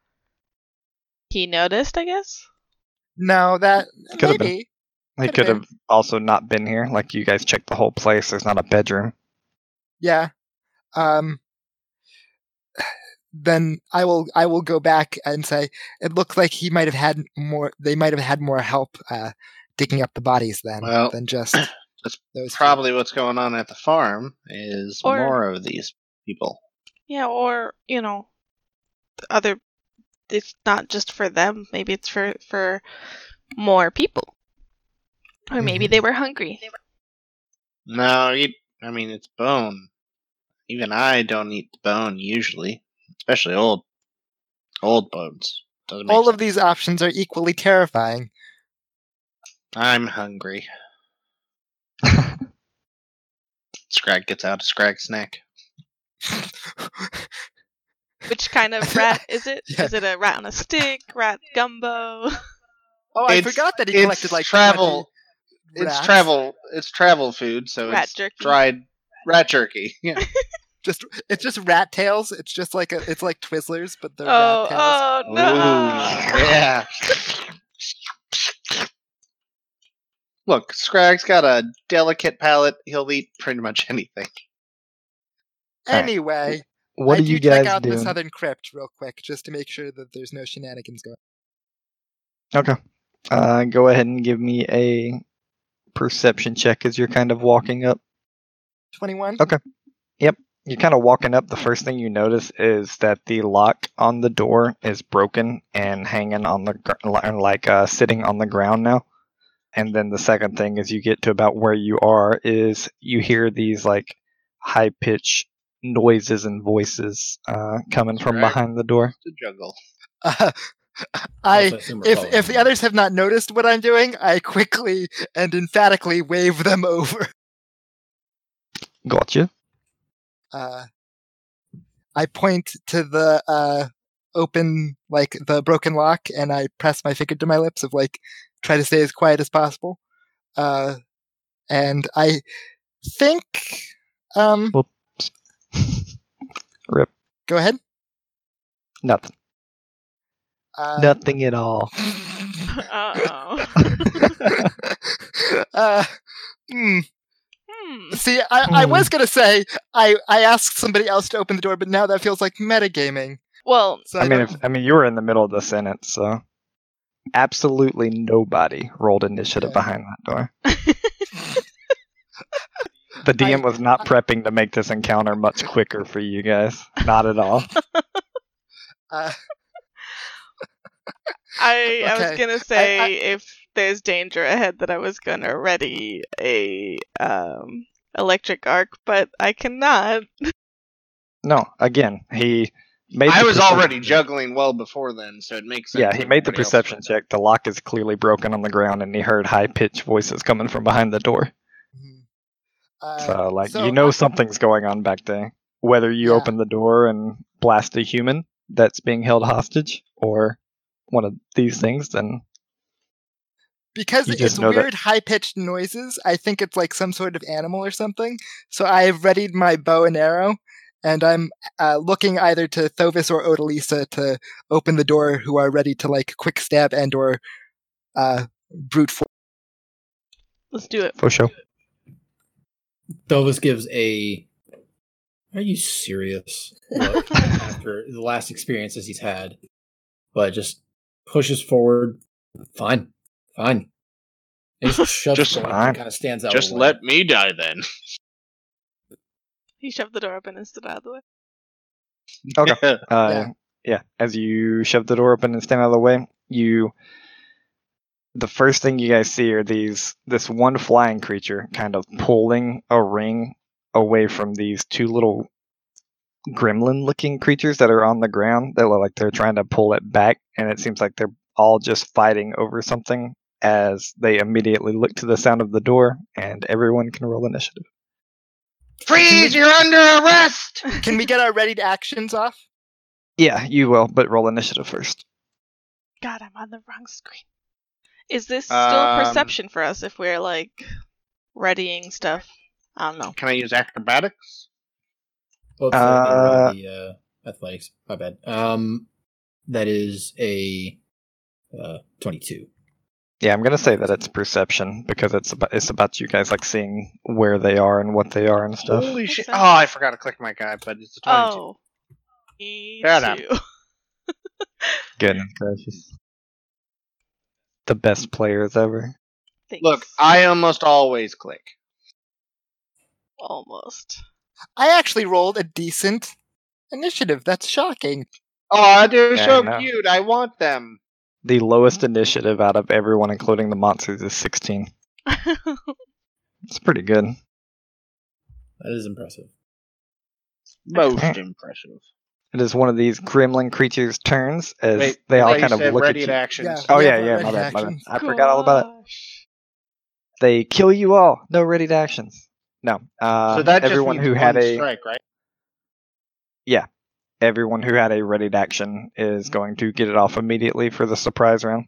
S4: he noticed, I guess?
S3: No, that
S2: Could've been.
S3: maybe.
S2: They
S3: Could've
S2: could
S3: been.
S2: have also not been here. Like you guys checked the whole place. There's not a bedroom. *laughs*
S3: Yeah. Um then I will I will go back and say it looked like he might have had more they might have had more help uh digging up the bodies then
S5: Well,
S3: than just
S5: *clears throat* that's
S3: those few.
S5: Probably what's going on at the farm is
S4: Or-
S5: more of these people.
S4: Yeah, or, you know, the other. It's not just for them. Maybe it's for, for more people. Or maybe
S3: Mhm.
S4: they were hungry.
S5: No, you, I mean it's bone. Even I don't eat bone usually, especially old, old bones. Doesn't make
S3: All
S5: sense.
S3: of these options are equally terrifying.
S5: I'm hungry. Scrag gets out a Scrag snack.
S4: Which kind of rat is it? Is
S3: Yeah.
S4: it a rat on a stick? Rat gumbo?
S3: oh, I
S5: It's-
S3: forgot that he
S5: it's
S3: collected like
S5: travel.
S3: 20
S5: It's
S3: rats.
S5: travel. It's travel food, so
S4: Rat
S5: it's
S4: jerky.
S5: dried rat jerky. *laughs* Yeah.
S3: Just it's just rat tails. It's just like a, it's like Twizzlers, but they're
S4: *laughs* Oh,
S3: rat tails.
S4: oh, *laughs*
S5: Ooh,
S4: no.
S5: yeah. Look, Scrag's got a delicate palate. He'll eat pretty much anything.
S2: alright.
S3: Anyway,
S2: What
S3: I
S2: do you
S3: do check
S2: guys
S3: out
S2: do?
S3: the Southern Crypt real quick just to make sure that there's no shenanigans going.
S2: Okay. Uh, go ahead and give me a perception check as you're kind of walking up.
S3: Twenty-one.
S2: Okay. You're kind of walking up. The first thing you notice is that the lock on the door is broken and hanging on the gr- li- like uh, sitting on the ground now. And then the second thing is you get to about where you are is you hear these like high pitch noises and voices uh, coming from
S5: Right.
S2: behind the door.
S5: The jungle.
S3: *laughs* Uh,
S6: Also,
S3: I
S6: assume we're
S3: if
S6: following
S3: if the
S6: him.
S3: others have not noticed what I'm doing, I quickly and emphatically wave them *laughs* over.
S2: Gotcha.
S3: Uh, I point to the uh, open like the broken lock, and I press my finger to my lips of like try to stay as quiet as possible. Uh, and I think um
S2: Well- Rip.
S3: go ahead.
S2: *laughs* Nothing.
S3: Uh,
S2: Nothing at all.
S4: *laughs* Uh oh.
S3: *laughs* uh, hmm.
S4: hmm.
S3: See, I, I
S2: Hmm.
S3: was gonna say I, I asked somebody else to open the door, but now that feels like metagaming.
S4: Well, *laughs*
S3: So I,
S2: I mean,
S3: don't-
S2: if, I mean, you were in the middle of the sentence, so absolutely nobody rolled initiative
S3: Okay.
S2: behind that door. The DM was not prepping to make this encounter much quicker for you guys. Not at
S3: *laughs*
S2: all.
S3: Uh,
S4: I, I
S3: Okay.
S4: was gonna say if there's danger ahead that I was gonna ready a um electric arc, but I cannot.
S2: No, again, he made.
S5: I
S2: the
S5: was
S2: perception-
S5: already juggling well before then, so it makes sense.
S2: Yeah, he made the
S5: everybody else-
S2: perception check. The lock is clearly broken on the ground, and he heard high pitched voices coming from behind the door.
S3: mhm. Uh,
S2: So, like,
S3: so
S2: you know
S3: I-
S2: something's going on back there. Whether you
S3: Yeah.
S2: open the door and blast a human that's being held hostage, or one of these things, then
S3: because
S2: You
S3: it's
S2: just know that-
S3: weird high pitched noises, I think it's like some sort of animal or something. So I've readied my bow and arrow, and I'm uh, looking either to Thovis or Odalisa to open the door, who are ready to like quick stab and or uh, brute force.
S4: Let's do it.
S2: for sure.
S6: Thovis gives a. Are you serious?
S2: *laughs*
S6: Look after the last experiences he's had, but just pushes forward. Fine, fine.
S2: *laughs*
S6: And just shoves
S5: Just
S6: the door
S2: fine.
S6: and kind of stands out.
S5: Just
S6: of the way.
S5: let me die then.
S4: He shoved the door open and stood out of the way.
S2: Okay. Uh,
S3: Yeah.
S2: yeah. As you shove the door open and stand out of the way, you. The first thing you guys see are these this one flying creature kind of pulling a ring away from these two little gremlin looking creatures that are on the ground. They look like they're trying to pull it back, and it seems like they're all just fighting over something as they immediately look to the sound of the door and everyone can roll initiative.
S5: *laughs* Freeze! You're under arrest.
S3: Can we get our readied actions off?
S2: Yeah, you will, but roll initiative first.
S4: *laughs* God, I'm on the wrong screen. Is this still
S5: Um,
S4: perception for us if we're like readying stuff? I don't know.
S5: Can I use acrobatics?
S6: Well, it's like the-
S2: Uh,
S6: the, uh, athletics. My bad. Um, that is a uh, twenty-two.
S2: Yeah, I'm gonna say that it's perception because it's about it's about you guys like seeing where they are and what they are and stuff.
S5: Holy shit!
S4: sense.
S5: Oh, I forgot to click my guy, but it's a twenty-two.
S4: Oh, me
S5: Fair enough.
S4: too. *laughs*
S2: Goodness gracious, the best players ever.
S4: Thanks.
S5: Look, I almost always click.
S4: almost. *laughs*
S3: I actually rolled a decent initiative. That's shocking.
S5: Oh, they're
S2: Yeah, I
S5: so
S2: know.
S5: cute. I want them.
S2: The lowest initiative out of everyone, including the monsters, is 16. It's pretty good.
S6: That is impressive.
S5: Most
S2: Okay.
S5: impressive.
S2: It is one of these gremlin creatures' turns as
S5: Wait,
S2: they all
S5: I
S2: kind of
S5: said
S2: look at
S5: ready
S2: you.
S5: to actions.
S2: Oh
S3: We
S2: yeah,
S3: have
S2: yeah,
S3: ready
S2: my
S3: to
S2: bad, my bad.
S3: actions.
S2: I forgot all about it. They kill you all. No ready to actions. No. Uh,
S5: so that
S2: everyone
S5: just means
S2: who had
S5: one
S2: a
S5: strike, right?
S2: everyone who had a ready to action is going to get it off immediately for the surprise round.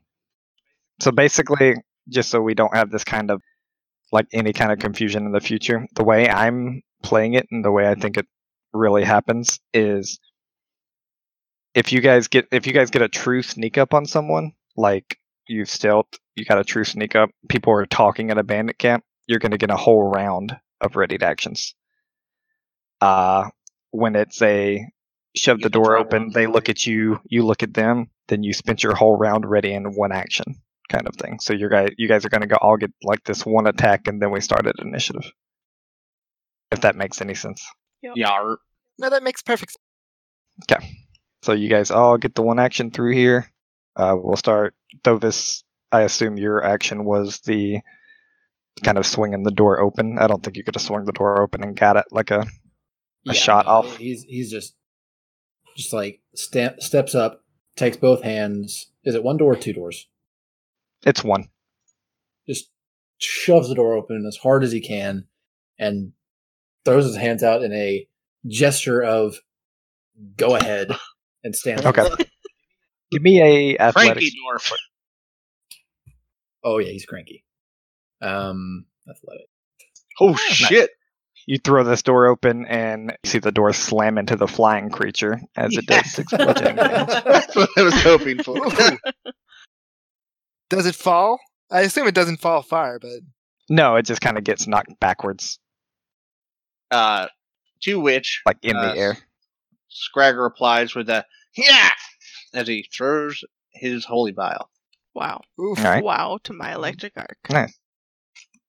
S2: So basically, just so we don't have this kind of like any kind of confusion in the future, the way I'm playing it and the way I think it really happens is if you guys get if you guys get a true sneak up on someone, like you've stealth, you got a true sneak up, people are talking at a bandit camp, you're gonna get a whole round of ready to actions. Uh when it's a shove
S5: You
S2: the
S5: have to
S2: door
S5: drop
S2: open,
S5: one.
S2: they look at you, you look at them, then you spent your whole round ready in one action kind of thing. So you guys you guys are gonna go all get like this one attack and then we start at initiative. If that makes any sense.
S5: Yar.
S3: No, that makes perfect sense.
S2: So you guys all get the one action through here. Uh, we'll start. Thovis, I assume your action was the kind of swinging the door open. I don't think you could have swung the door open and got it like a. A shot off.
S6: He's he's just just like sta- steps up, takes both hands. Is it one door or two doors?
S2: It's one.
S6: Just shoves the door open as hard as he can, and throws his hands out in a gesture of "Go ahead" and stands. *laughs*
S2: Okay. Give me a athletics.
S5: Frankie Dorf.
S6: Oh yeah, he's cranky. Um, athletic.
S5: *laughs* Oh
S2: shit. You throw this door open and you see the door slam into the flying creature as it does six bludgeoning
S5: *laughs*
S2: damage.
S5: That's what I was hoping
S2: *laughs*
S4: *laughs*
S5: for.
S3: Does it fall? I assume it doesn't fall far, but
S2: No, it just kind of gets knocked backwards,
S5: uh, to which
S2: like in
S5: Uh,
S2: the air.
S5: Scrag replies with a yeah as he throws his holy vial.
S4: Wow.
S3: Oof.
S2: All right.
S4: Wow to my electric arc.
S2: Nice.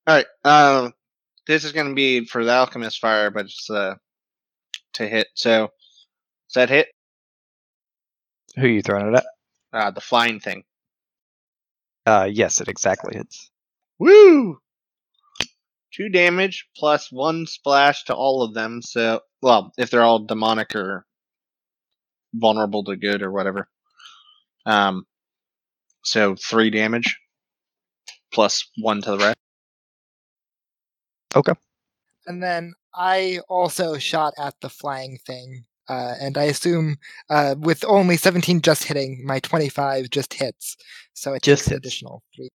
S5: All right. Um, this is going to be for the alchemist fire, but it's uh to hit. So, does that hit?
S2: Who you throwing it at?
S5: Uh, the flying thing.
S2: Uh, yes, it exactly hits.
S5: Woo! Two damage plus one splash to all of them. So, well, if they're all demonic or vulnerable to good or whatever. Um, so three damage plus one to the rest.
S3: And then I also shot at the flying thing. Uh, and I assume uh, with only 17 just hitting, my 25 just hits. So it
S2: Just
S3: takes an
S2: hits.
S3: additional three.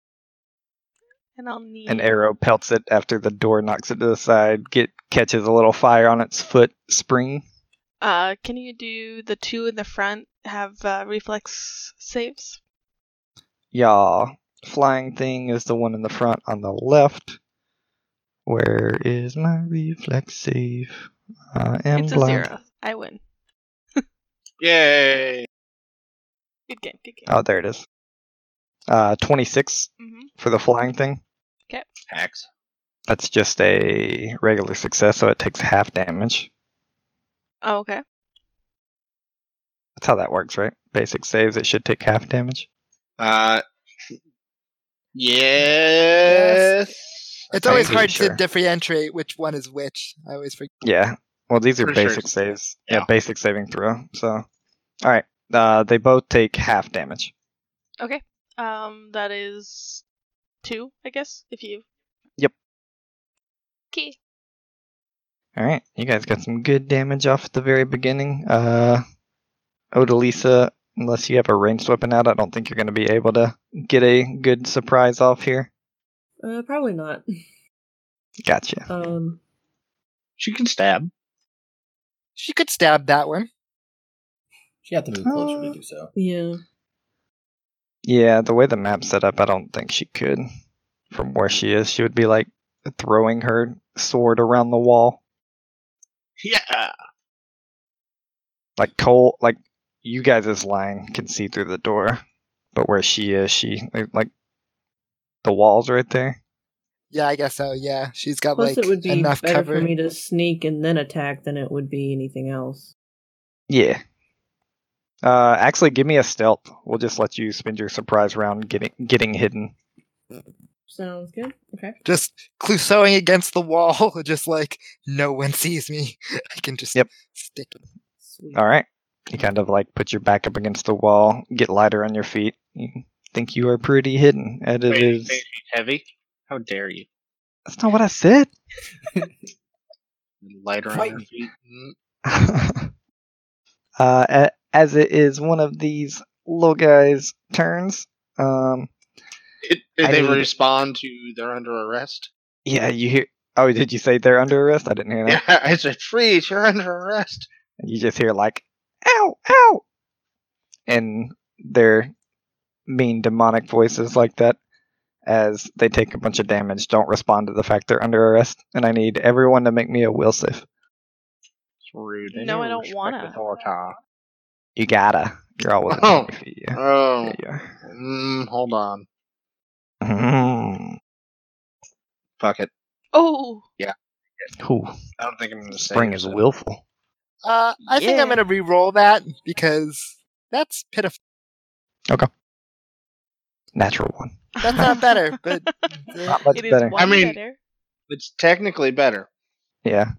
S4: And I'll need
S2: An arrow pelts it after the door knocks it to the side. Get catches a little fire on its foot spring.
S4: Uh, can you do the two in the front have uh, reflex saves?
S2: Y'all, flying thing is the one in the front on the left. Where is my reflex save? I am
S4: it's a
S2: blind.
S4: zero. I win.
S5: Yay!
S4: Good game. Good game.
S2: Oh, there it is. Uh, 26
S4: hmm
S2: for the flying thing.
S5: Hacks.
S2: That's just a regular success, so it takes half damage.
S4: Oh, okay.
S2: That's how that works, right? Basic saves, it should take half damage.
S5: Uh, yes.
S3: It's always
S2: Thank you,
S3: hard
S2: sure.
S3: to differentiate which one is which. I always forget.
S2: Yeah. Well, these are
S5: Pretty sure
S2: basic
S5: it's-
S2: saves. Yeah.
S5: yeah.
S2: basic saving throw. So, all right. Uh, they both take half damage.
S4: Okay. Um, that is two, I guess, if you.
S2: Yep.
S4: Okay.
S2: All right. You guys got some good damage off at the very beginning. Uh, Odalisa, unless you have a ranged weapon out, I don't think you're going to be able to get a good surprise off here.
S7: Uh, probably not.
S2: Gotcha.
S7: Um,
S5: She can stab.
S3: She could stab that one.
S6: *laughs* She had to move closer
S2: Uh,
S6: to do
S7: *laughs*
S6: so.
S7: yeah.
S2: Yeah, the way the map's set up, I don't think she could. From where she is, she would be like throwing her sword around the wall,
S5: Yeah.
S2: like Cole. Like you guys' line can see through the door, but where she is, she like- like the walls right there.
S3: Yeah, I guess so. Yeah, she's got
S7: Plus,
S3: like
S7: it would be
S3: enough
S7: better
S3: cover.
S7: for me to sneak and then attack than it would be anything else.
S2: Yeah. Uh, actually, give me a stealth. We'll just let you spend your surprise round getting getting hidden.
S7: Sounds good. Okay.
S3: Just clouseauing against the wall, *laughs* just like no one sees me. *laughs* I can just
S2: Yep.
S3: stick.
S7: Sweet.
S2: All right. You kind of like put your back up against the wall, get lighter on your feet. You think you are pretty hidden, and it
S5: Wait, you
S2: is.
S5: think she's heavy. How dare you?
S2: That's not what I said. *laughs*
S5: Lighter on her
S6: Fight.
S5: feet. Mm.
S2: uh, a- as it is one of these little guys' turns, um,
S5: Did, did
S2: I
S5: they
S2: need-
S5: respond to they're under arrest?
S2: yeah, you hear. Oh, did you say they're under arrest? I didn't hear
S5: Yeah, *laughs*
S2: that.
S5: I said freeze. You're under arrest.
S2: You just hear like, "Ow, ow," and their mean demonic voices like that as they take a bunch of damage. Don't respond to the fact they're under arrest, and I need everyone to make me a will save.
S5: It's rude. They
S4: No,
S5: never
S4: I don't
S5: respect
S4: wanna.
S5: authority.
S2: You gotta. You're always
S5: Oh.
S2: under your feet,
S5: Oh,
S2: Yeah.
S5: mm, hold on.
S2: Yeah.
S5: Fuck it.
S4: Oh,
S2: Mm. Ooh,
S5: I don't think I'm gonna say
S2: spring
S5: it,
S2: is
S5: so-
S2: willful.
S3: Uh, I think I'm
S4: Yeah.
S3: gonna re-roll that because that's pitiful.
S2: Natural one.
S3: That's not better,
S4: *laughs*
S3: but
S2: Not much
S4: it is
S2: better.
S4: one
S5: I mean-
S4: better.
S5: It's technically better.
S2: Yeah.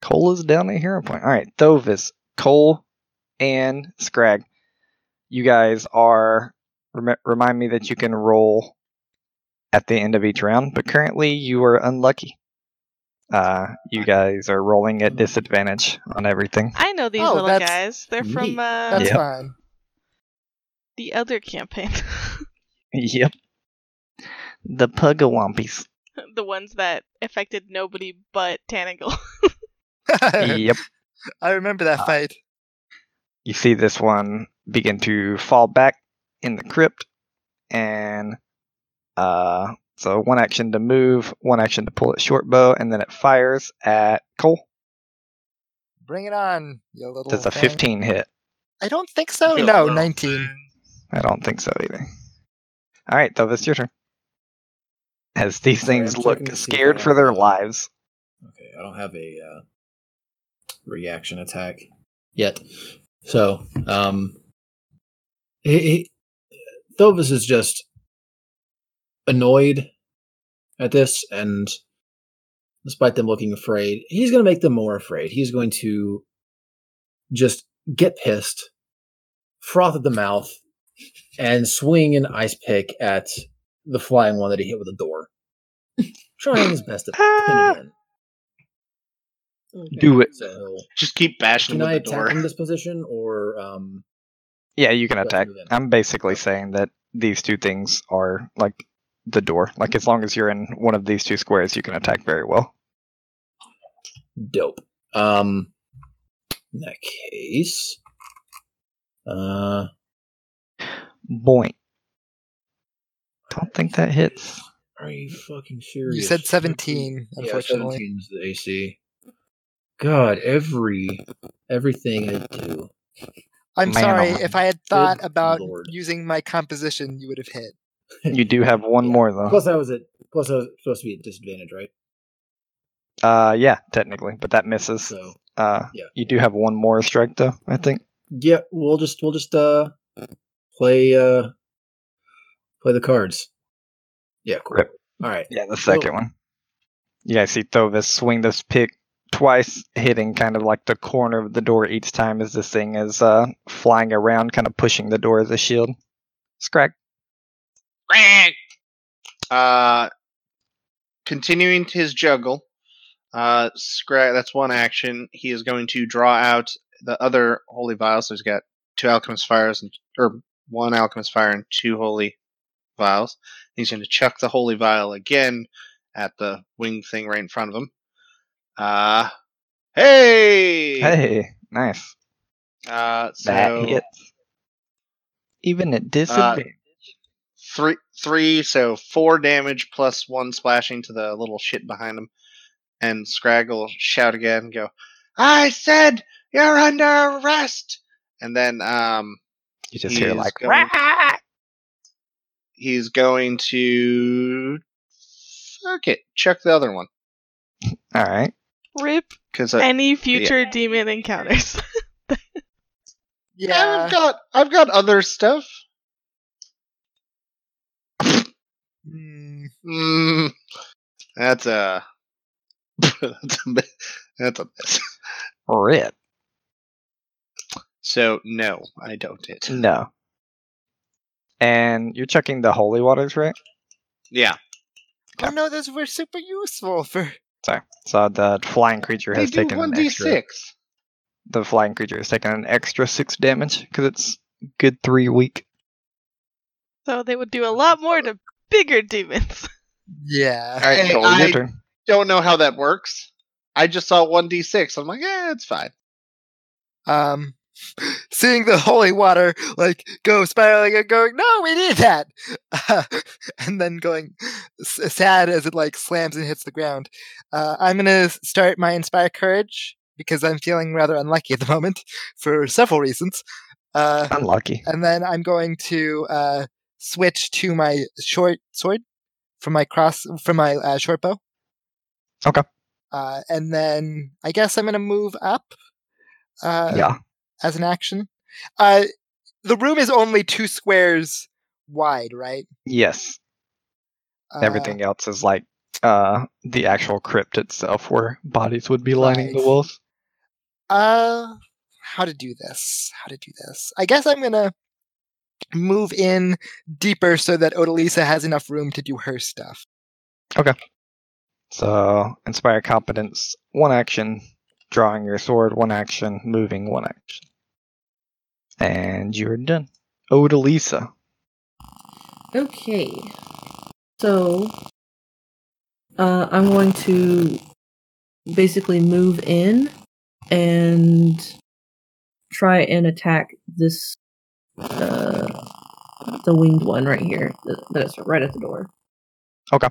S2: Cole is down at hero point. All right, Thovis, Cole, and Scrag. You guys are. Rem- remind me that you can roll at the end of each round, but currently you are unlucky. Uh, you guys are rolling at disadvantage on everything. *laughs*
S4: I know these
S3: Oh,
S4: little
S3: that's
S4: guys. They're from
S6: neat.
S4: uh,
S3: that's
S2: Yep.
S3: fine. *laughs*
S4: the other campaign, *laughs*
S2: Yep. The Pugawampies.
S4: the ones that affected nobody but
S3: *laughs*
S4: Tanagle.
S2: yep.
S3: I remember
S2: Uh,
S3: that fight.
S2: you see this one begin to fall back in the crypt and uh so one action to move one action to pull its short bow and then it fires at cole
S3: Bring it on, you little.
S2: does a
S3: thing.
S2: 15 hit
S3: I don't think so.
S5: You
S3: No,
S5: little
S3: nineteen.
S5: thing.
S2: i don't think so either All right, Thovis, your turn. As these
S6: Sorry,
S2: things
S6: I'm
S2: look
S6: checking to see if
S2: scared
S6: I
S2: for
S6: have
S2: their
S6: any-
S2: lives.
S6: Okay, I don't have a uh, reaction attack yet. So, um, he, he, Thovis is just annoyed at this, and despite them looking afraid, he's going to make them more afraid. He's going to just get pissed, froth at the mouth, and swing an ice pick at the flying one that he hit with a door, trying his best to pin him in.
S2: Do it.
S6: So
S5: Just keep bashing
S6: can
S5: him
S6: I
S5: with the
S6: attack
S5: door.
S6: from this position or um
S2: Yeah, you can
S6: Let's
S2: attack.
S6: do that.
S2: I'm basically saying that these two things are like the door. Like as long as you're in one of these two squares, you can attack very well.
S6: dope? Um in that case. Uh
S2: Boink. Don't think that hits.
S6: are you fucking serious?
S3: You said 17, unfortunately.
S6: Yeah, 17's the AC. God, every everything I do.
S3: I'm
S2: Man oh
S3: sorry.
S2: alive.
S3: If I had thought
S6: Good
S3: about
S6: lord.
S3: using my composition, you would have hit.
S2: You do have one
S6: Yeah.
S2: more though.
S6: Plus I was at plus I was supposed to be at disadvantage, right?
S2: Uh, yeah, technically, but that misses.
S6: So
S2: Uh,
S6: yeah.
S2: you do have one more strike though. I think.
S6: yeah, we'll just we'll just uh play uh play the cards. Yeah, cool.
S2: Rip.
S6: All right.
S2: Yeah, the second one. You guys see Thovis swing this pick twice, hitting kind of like the corner of the door each time as this thing is uh, flying around, kind of pushing the door as a shield. Scrack.
S5: Uh, continuing his juggle, uh, Scra- that's one action. He is going to draw out the other holy vial. So he's got two alchemist fires and or one alchemist fire and two holy vials. He's going to chuck the holy vial again at the wing thing right in front of him. Uh, hey,
S2: Hey, nice.
S5: Uh, so
S2: That hits. Even
S6: Uh,
S2: at disadvantage.
S5: three three so four damage plus one splashing to the little shit behind him and scraggle will shout again and go i said you're under arrest and then um
S2: you just hear
S5: he's
S2: like
S5: going- he's going to fuck it chuck the other one
S2: all right.
S4: Rip
S5: because
S4: any future demon encounters. *laughs*
S5: i've got i've got other stuff
S3: Mm,
S5: mm, that's a *laughs* that's a mi- that's a miss
S2: Rip.
S5: so no i don't hit
S2: No. And you're chucking the holy waters, right?
S5: yeah
S3: Oh no, those were super useful for.
S2: Sorry. So the flying creature has
S5: they do
S2: taken
S5: one
S2: an
S5: d
S2: extra
S5: six.
S2: the flying creature has taken an extra six damage because it's good three weak.
S4: so they would do a lot more to bigger demons.
S3: Yeah.
S2: All right,
S5: Hey,
S2: Joel,
S5: I-
S2: your turn.
S5: Don't know how that works. I just saw one d six. I'm like, yeah, it's fine.
S3: Um, *laughs* seeing the holy water like go spiraling and going, no, we need that, *laughs* and then going s- sad as it like slams and hits the ground. Uh, I'm gonna s- start my inspire courage because I'm feeling rather unlucky at the moment *laughs* for several reasons. Uh,
S2: Unlucky.
S3: and then I'm going to uh, switch to my short sword from my cross from my uh, short bow.
S2: Okay.
S3: Uh, and then I guess I'm gonna move up. Uh,
S2: yeah.
S3: As an action, uh, the room is only two squares wide, right?
S2: Yes.
S3: Uh,
S2: Everything else is like uh the actual crypt itself where bodies would be lining the
S3: Right.
S2: walls.
S3: Uh, how to do this? How to do this? I guess I'm gonna move in deeper so that Odalisa has enough room to do her stuff.
S2: So inspire competence, one action, drawing your sword, one action, moving, one action. And you're done. Odalisa.
S7: Okay. So, uh, I'm going to basically move in and try and attack this, uh, the winged one right here th- that is right at the door.
S2: Okay.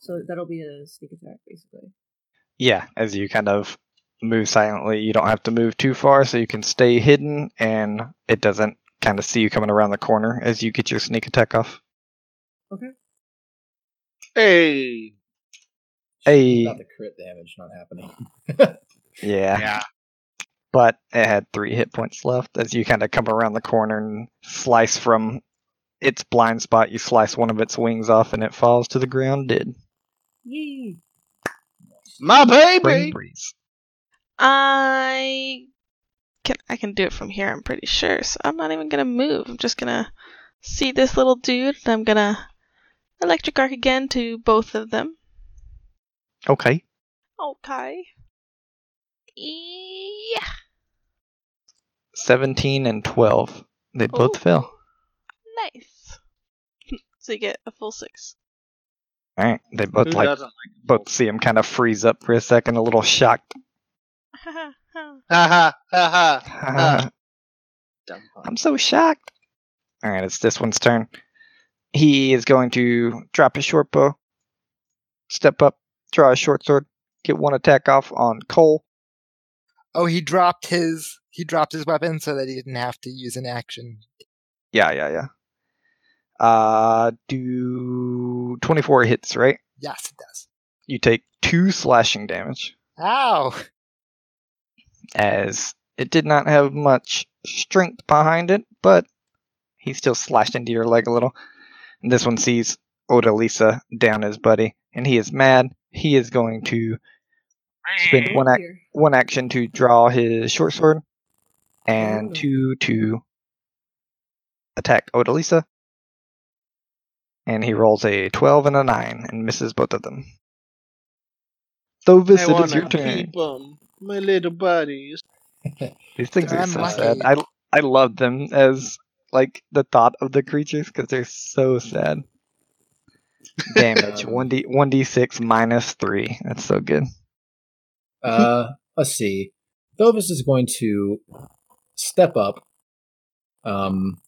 S7: So that'll be a sneak attack, basically.
S2: Yeah, as you kind of move silently, you don't have to move too far, so you can stay hidden, and it doesn't kind of see you coming around the corner as you get your sneak attack off.
S5: Hey.
S2: Hey.
S6: Not the crit damage not happening. *laughs*
S2: Yeah.
S5: Yeah.
S2: But it had three hit points left as you kind of come around the corner and slice from its blind spot. You slice one of its wings off and it falls to the ground dead.
S7: Yee.
S5: My
S2: Spring
S5: baby.
S2: breeze.
S4: I can I can do it from here. I'm pretty sure. So I'm not even gonna move. I'm just gonna see this little dude, and I'm gonna electric arc again to both of them.
S2: Okay.
S4: Okay. E Yeah.
S2: 17 and 12. They both
S4: Ooh.
S2: fell.
S4: Nice. *laughs* so you get a full six. *laughs*
S2: All right. They both
S5: Who
S2: like
S5: doesn't like
S2: both see him kind of freeze up for a second, a little shocked.
S5: Ha ha ha ha. Ah. Dumb pun.
S2: I'm so shocked. All right, it's this one's turn. He is going to drop his short bow, step up, draw his short sword, get one attack off on Cole.
S3: Oh, he dropped his he dropped his weapon so that he didn't have to use an action.
S2: Yeah, yeah, yeah. Uh, do 24 hits, right?
S3: Yes, it does.
S2: You take two slashing damage
S3: Ow! *laughs*
S2: as it did not have much strength behind it, but he still slashed into your leg a little. And this one sees Odalisa down his buddy, and he is mad. He is going to spend one act.
S7: Here.
S2: one action to draw his short sword, and
S7: Ooh.
S2: two to attack Odalisa. And he rolls a 12 and a 9 and misses both of them. Thovis,
S5: I
S2: it is your
S5: wanna
S2: turn.
S5: keep 'em, my little buddies.
S2: These things are
S3: I'm
S2: so
S3: lucky.
S2: sad. I, I love them as like the thought of the creatures because they're so sad. Damage
S6: Um,
S2: 1d 1d6 minus 3. That's so good.
S6: Uh, let's see. Thovis is going to step up. Um,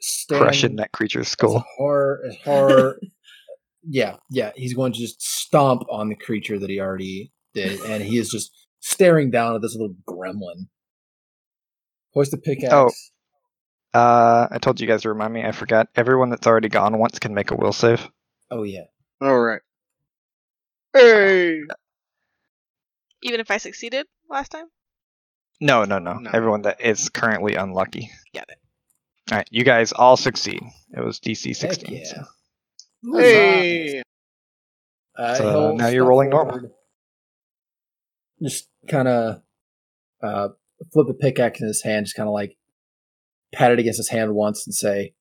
S6: stand
S2: Crushing that creature's
S6: as
S2: skull.
S6: hard, as hard. *laughs* yeah, yeah. He's going to just stomp on the creature that he already did, and he is just staring down at this little gremlin. Hoist the pickaxe.
S2: Oh. Uh, I told you guys to remind me. I forgot. Everyone that's already gone once can make a will save.
S6: Oh, yeah.
S5: All right. Hey.
S4: Even if I succeeded last time.
S2: No, no, no.
S5: No.
S2: Everyone that is currently unlucky.
S4: Got
S2: it. All right, you guys all succeed. It was DC
S6: Heck
S2: 16.
S6: yeah.
S2: so-
S5: Hey.
S6: Uh,
S2: So
S6: he'll
S2: now you're
S6: step
S2: rolling normal.
S6: forward, Just kind of uh, flip the pickaxe in his hand, just kind of like pat it against his hand once and say,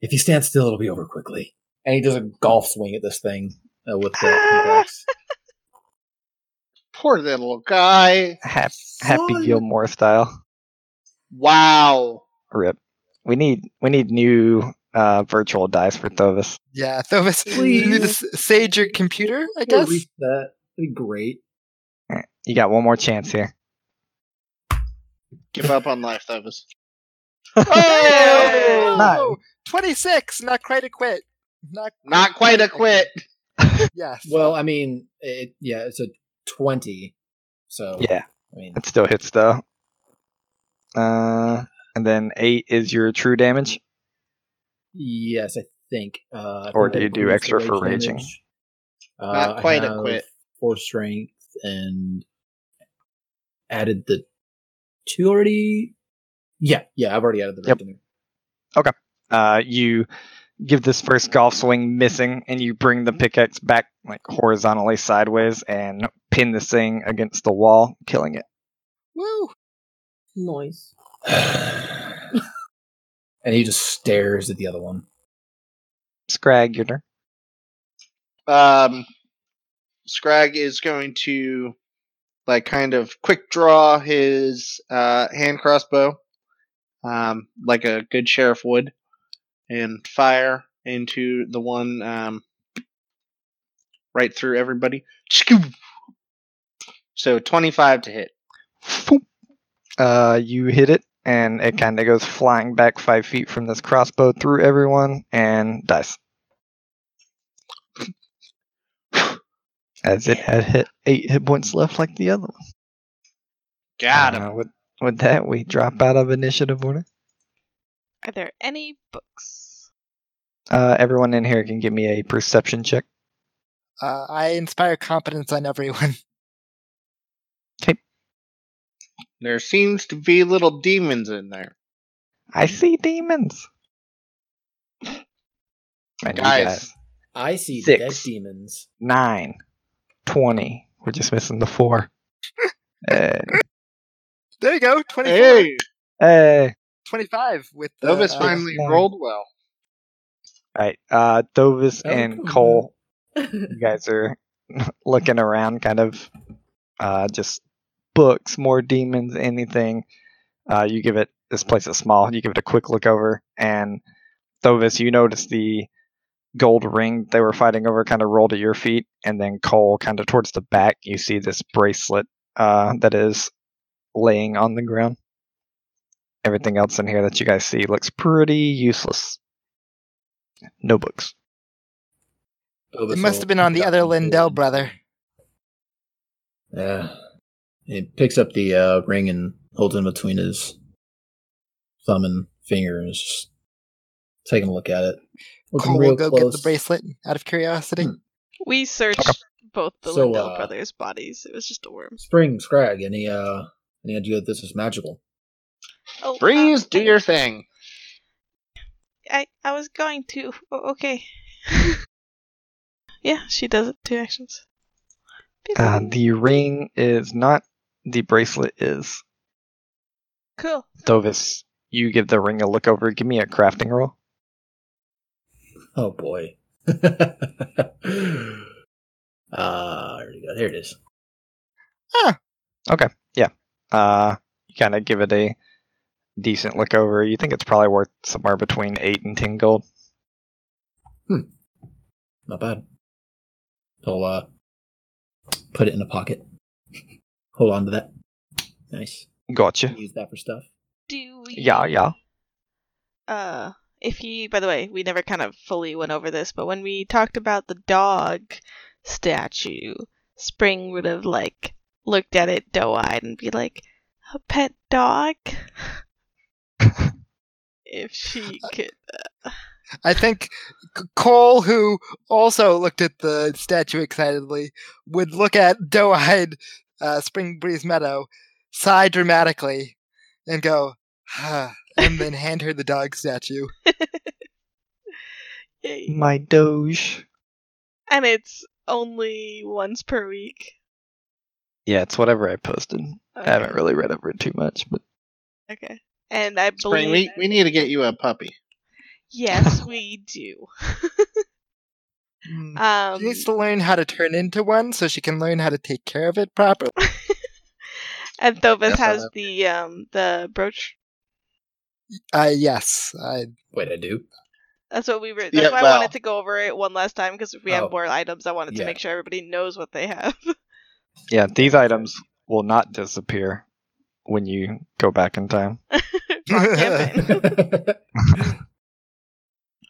S6: "If you stand still, it'll be over quickly." And he does a golf swing at this thing uh, with the
S2: Ah!
S6: pickaxe.
S5: Poor little guy.
S2: Hap- Happy Gilmore style.
S5: Wow.
S2: Rip. We need we need new uh, virtual dice for Thovis.
S3: Yeah, Thomas, you need to
S6: Please.
S3: s- sage your computer, I
S6: Can we
S3: guess.
S6: reach that. That'd be great.
S2: You got one more chance here.
S5: Give up on life, Thomas.
S3: Hey!
S2: Nice.
S3: Twenty-six, not quite a quit. Not
S5: Not quite a quit.
S3: Yes.
S6: Well, I mean, it, yeah, it's a twenty. So
S2: Yeah,
S6: I mean,
S2: it still hits though. Uh, and then eight is your true damage.
S6: yes, I think. Uh, I
S2: Or
S6: think
S2: do
S6: that
S2: you do
S6: includes the
S2: extra for
S6: rage
S2: raging?
S6: damage. Uh,
S5: Not
S6: I
S5: quite a
S6: have
S5: quit.
S6: Four strength and added the two already. Yeah, yeah, I've already added the
S2: Yep.
S6: *sighs* rage.
S2: Uh, you give this first golf swing missing, and you bring
S5: Mm-hmm.
S2: the pickaxe back like horizontally sideways and pin this thing against the wall, killing it.
S3: Woo!
S7: *laughs* Noise.
S6: and he just stares at the other one.
S2: Scrag, your turn.
S5: Um, Scrag is going to, like, kind of quick draw his uh, hand crossbow, um, like a good sheriff would, and fire into the one um, right through everybody. *sniffs* So 25 to hit.
S2: Foop. Uh, you hit it, and
S5: Mm-hmm.
S2: it kind of goes flying back five feet from this crossbow through everyone and dies. As it had hit eight hit points left, like the other one.
S5: Got him.
S2: Uh, with With that, we drop out of initiative order.
S4: Are there any books?
S2: Uh, everyone in here can give me a perception check.
S3: Uh, I inspire confidence on everyone. *laughs*
S5: There seems to be little demons in there.
S2: I see demons. And you
S5: Guys.
S2: guys,
S6: I see
S2: Six.
S6: dead demons.
S2: nine, 20. We're just missing the
S6: *laughs*
S2: four. Eh, hey,
S3: There you go. 24,
S5: Hey,
S2: eh,
S3: 25 with the,
S5: Thovis
S3: uh,
S5: finally
S2: nine.
S5: rolled well.
S2: All right, uh, Dovis
S6: Oh,
S2: and
S6: come
S2: Cole, you guys are *laughs* looking around, kind of uh, just books, more demons, anything. Uh, you give it this place is small. You give it a quick look over, and Thovis, you notice the gold ring they were fighting over kind of rolled at your feet, and then Cole, kind of towards the back, you see this bracelet uh, that is laying on the ground. Everything else in here that you guys see looks pretty useless. No books.
S6: Oh,
S3: It must have been on the other Lindell brother.
S6: Yeah. He picks up the uh, ring and holds it in between his thumb and finger and is just taking a look at it. Looking
S3: Cole
S6: real
S3: will go
S6: close.
S3: get the bracelet out of curiosity.
S6: Hmm.
S4: We searched both the
S6: So,
S4: Lindell
S6: uh,
S4: brothers' bodies. It was just a worm.
S6: Spring, Scrag, any uh any idea that this is magical?
S4: Oh,
S5: Breeze,
S4: um,
S5: do
S4: I-
S5: your thing.
S4: I I was going to. O- okay. *laughs* yeah, she does it. Two actions.
S2: Uh, the ring is not. The bracelet is.
S4: cool.
S2: Thovis, you give the ring a look over. Give me a crafting roll.
S6: Oh boy. *laughs* uh Ah, there you go. There it is.
S2: Uh, you kind of give it a decent look over. You think it's probably worth somewhere between eight and ten gold.
S6: Not bad. I'll uh put it in a pocket. *laughs* Hold on to that. Nice.
S2: Gotcha.
S6: Use that for stuff.
S4: Do we?
S2: Yeah, yeah.
S4: Uh, if you. By the way, we never kind of fully went over this, but when we talked about the dog statue, Spring would have like looked at it doe-eyed and be like, "A pet
S2: *laughs*
S4: dog." if she could.
S3: I think C- Cole, who also looked at the statue excitedly, would look at doe eyed uh, Spring Breeze Meadow, sigh dramatically, and go, ah, and then hand her the dog statue.
S4: Yay.
S2: My doge.
S4: And it's only once per week.
S2: Yeah, it's whatever I posted. I haven't
S4: Okay.
S2: really read over it too much, but
S4: Okay. And I
S5: Spring,
S4: believe
S5: we, we need to get you a puppy.
S4: yes, we
S2: *laughs*
S4: do.
S6: Hmm.
S3: Mm.
S4: Um,
S3: she needs to learn how to turn into one so she can learn how to take care of it properly.
S4: and Thovis
S5: Yes, I
S4: has
S5: love
S4: the um the brooch.
S3: Uh, yes, I,
S6: Wait, I do.
S4: That's what we were. That's
S5: Yeah,
S4: why I
S5: well.
S4: wanted to go over it one last time because if we have
S6: Oh.
S4: more items, I wanted to
S6: Yeah.
S4: make sure everybody knows what they
S5: *laughs*
S4: have.
S2: yeah, these items will not disappear when you go back in time.
S4: Wrong campaign.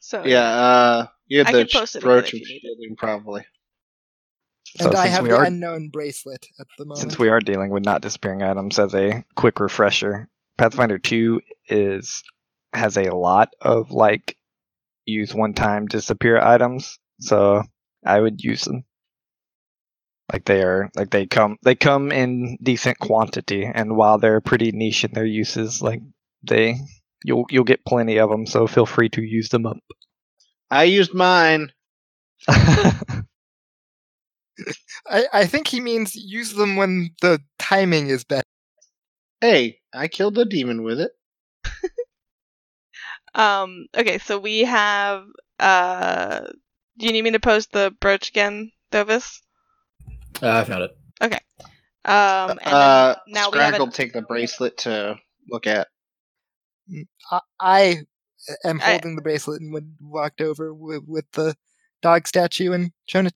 S4: So
S5: Yeah, uh, you
S4: Oh, I
S5: had the
S4: can post it again
S5: brooch
S4: if
S5: of
S4: you need it.
S5: shielding, probably.
S2: So
S3: and I
S2: since
S3: have
S2: we
S3: the
S2: are
S3: unknown bracelet at the moment.
S2: since we are dealing with not disappearing items as a quick refresher pathfinder 2 is has a lot of like use one time disappear items so i would use them like they are like they come they come in decent quantity and while they're pretty niche in their uses like they you'll you'll get plenty of them so feel free to use them up
S5: I used mine.
S3: I, I think he means use them when the timing is better.
S5: Hey, I killed a demon with it.
S4: Um. Okay. So we have. Uh. Do you need me to post the brooch again, Thovis?
S6: *laughs* uh, I found it.
S4: Um. And then
S5: Uh,
S4: now we
S5: Scrag
S4: have
S5: will
S4: an,
S5: take the bracelet to look at.
S3: I, I uh, am
S4: I-
S3: holding the bracelet and would walked over with, with the dog statue and shown it.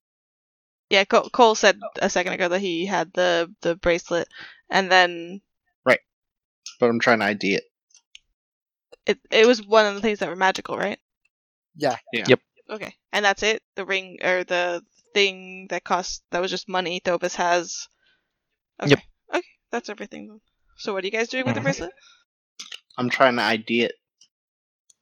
S4: Yeah, Cole, Cole said a second ago that he had the the bracelet, and then
S5: but I'm trying to ID it.
S4: it it was one of the things that were magical, right?
S3: Yeah.
S5: Yeah.
S2: Yep.
S4: Okay, and that's it. The ring or the thing that cost that was just money. Thovis has. Okay.
S2: Yep. Mm-hmm.
S4: Okay, that's everything. So what are you guys doing with the bracelet?
S5: I'm trying to ID it.
S2: *laughs*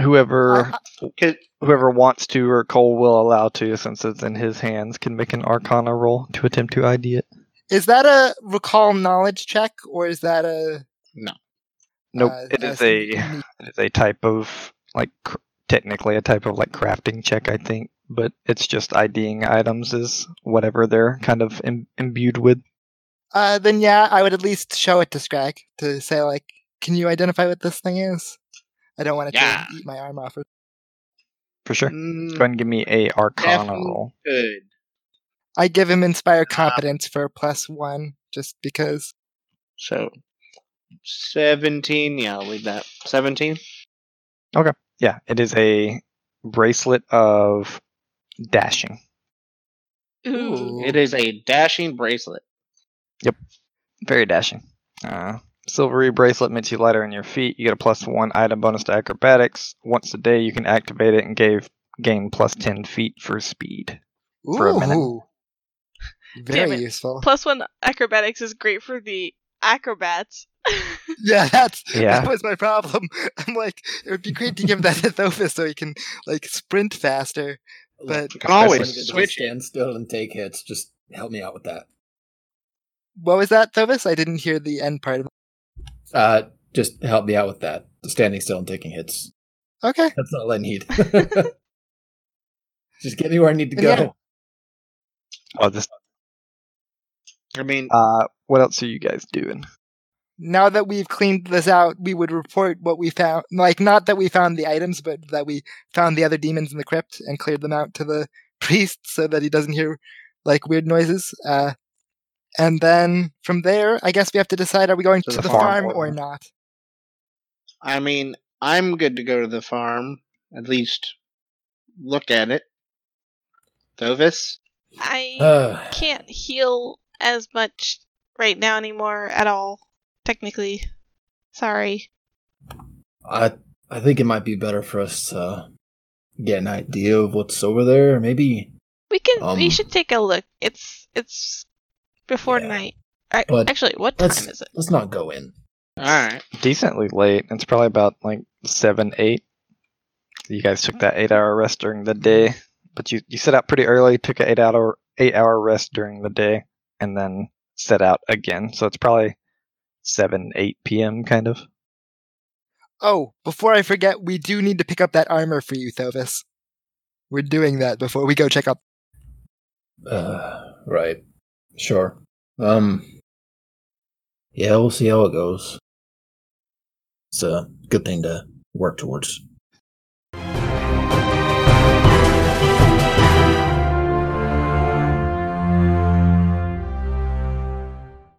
S2: Whoever
S5: 'Cause-
S2: whoever wants to or Cole will allow to, since it's in his hands, can make an Arcana roll to attempt to ID it.
S3: Is that a recall knowledge check or is that a
S2: Nope,
S3: Uh,
S2: it
S3: I
S2: is a
S3: think you
S2: it
S3: need-
S2: is a type of like cr- technically a type of like crafting check, I think, but it's just IDing items is whatever they're kind of Im- imbued with.
S3: uh then yeah, I would at least show it to Scrag to say like, can you identify what this thing is? I don't want it
S5: Yeah.
S3: to eat my arm off.
S2: For sure.
S5: Mm,
S2: Go ahead and give me a Arcana
S5: Definitely.
S2: roll.
S5: good.
S3: I give him inspire
S2: Uh,
S3: competence for plus one just because
S5: So, 17. Yeah, I'll leave that. 17?
S2: Yeah, it is a bracelet of dashing.
S4: Ooh.
S5: It is a dashing bracelet.
S2: Very dashing. Uh, silvery bracelet makes you lighter on your feet. You get a plus one item bonus to acrobatics. Once a day, you can activate it and gave, gain plus 10 feet for speed. For a minute.
S3: Ooh. Very
S4: it.
S3: useful.
S4: Plus one acrobatics is great for the acrobats.
S3: *laughs*
S4: *laughs*
S3: Yeah, that's
S2: Yeah.
S3: that was my problem. *laughs* I'm like, it would be great to give that to Thophis so he can like sprint faster. But-
S5: You can always
S6: Especially if it doesn't
S5: switch it.
S6: stand still and take hits. Just help me out with that.
S3: What was that, Thovis? I didn't hear the end part of
S6: Uh, just help me out with that. Standing still and taking hits.
S3: it. Okay.
S6: That's all I need. just get me where I need to go.
S3: Yeah.
S2: Oh, this,
S5: I mean,
S2: uh, what else are you guys doing?
S3: Now that we've cleaned this out, we would report what we found. Like, not that we found the items, but that we found the other demons in the crypt and cleared them out to the *laughs* priest so that he doesn't hear like weird noises. Uh, and then from there, I guess we have to decide: are we going to, the, farm, or not?
S5: I mean, I'm good to go to the farm. At least look at it. Thovis?
S4: I
S6: Uh,
S4: can't heal as much right now anymore at all. Technically, sorry.
S6: *sighs* I I think it might be better for us to get an idea of what's over there. Maybe
S4: We can. we
S6: Um,
S4: should take a look. It's it's before
S6: Yeah.
S4: night. I,
S6: But
S4: actually, what time
S6: let's
S4: is it?
S6: let's not go in.
S5: Alright.
S2: Decently late. It's probably about like 7, 8. You guys took that 8 hour rest during the day, but you, you set out pretty early, took an 8 hour, eight hour rest during the day, and then set out again. So it's probably 7, 8 p.m. kind of.
S3: Oh, before I forget, we do need to pick up that armor for you, Thovis. We're doing that before we go check out.
S6: Uh, right. Sure. Um. Yeah, we'll see how it goes. It's a good thing to work towards.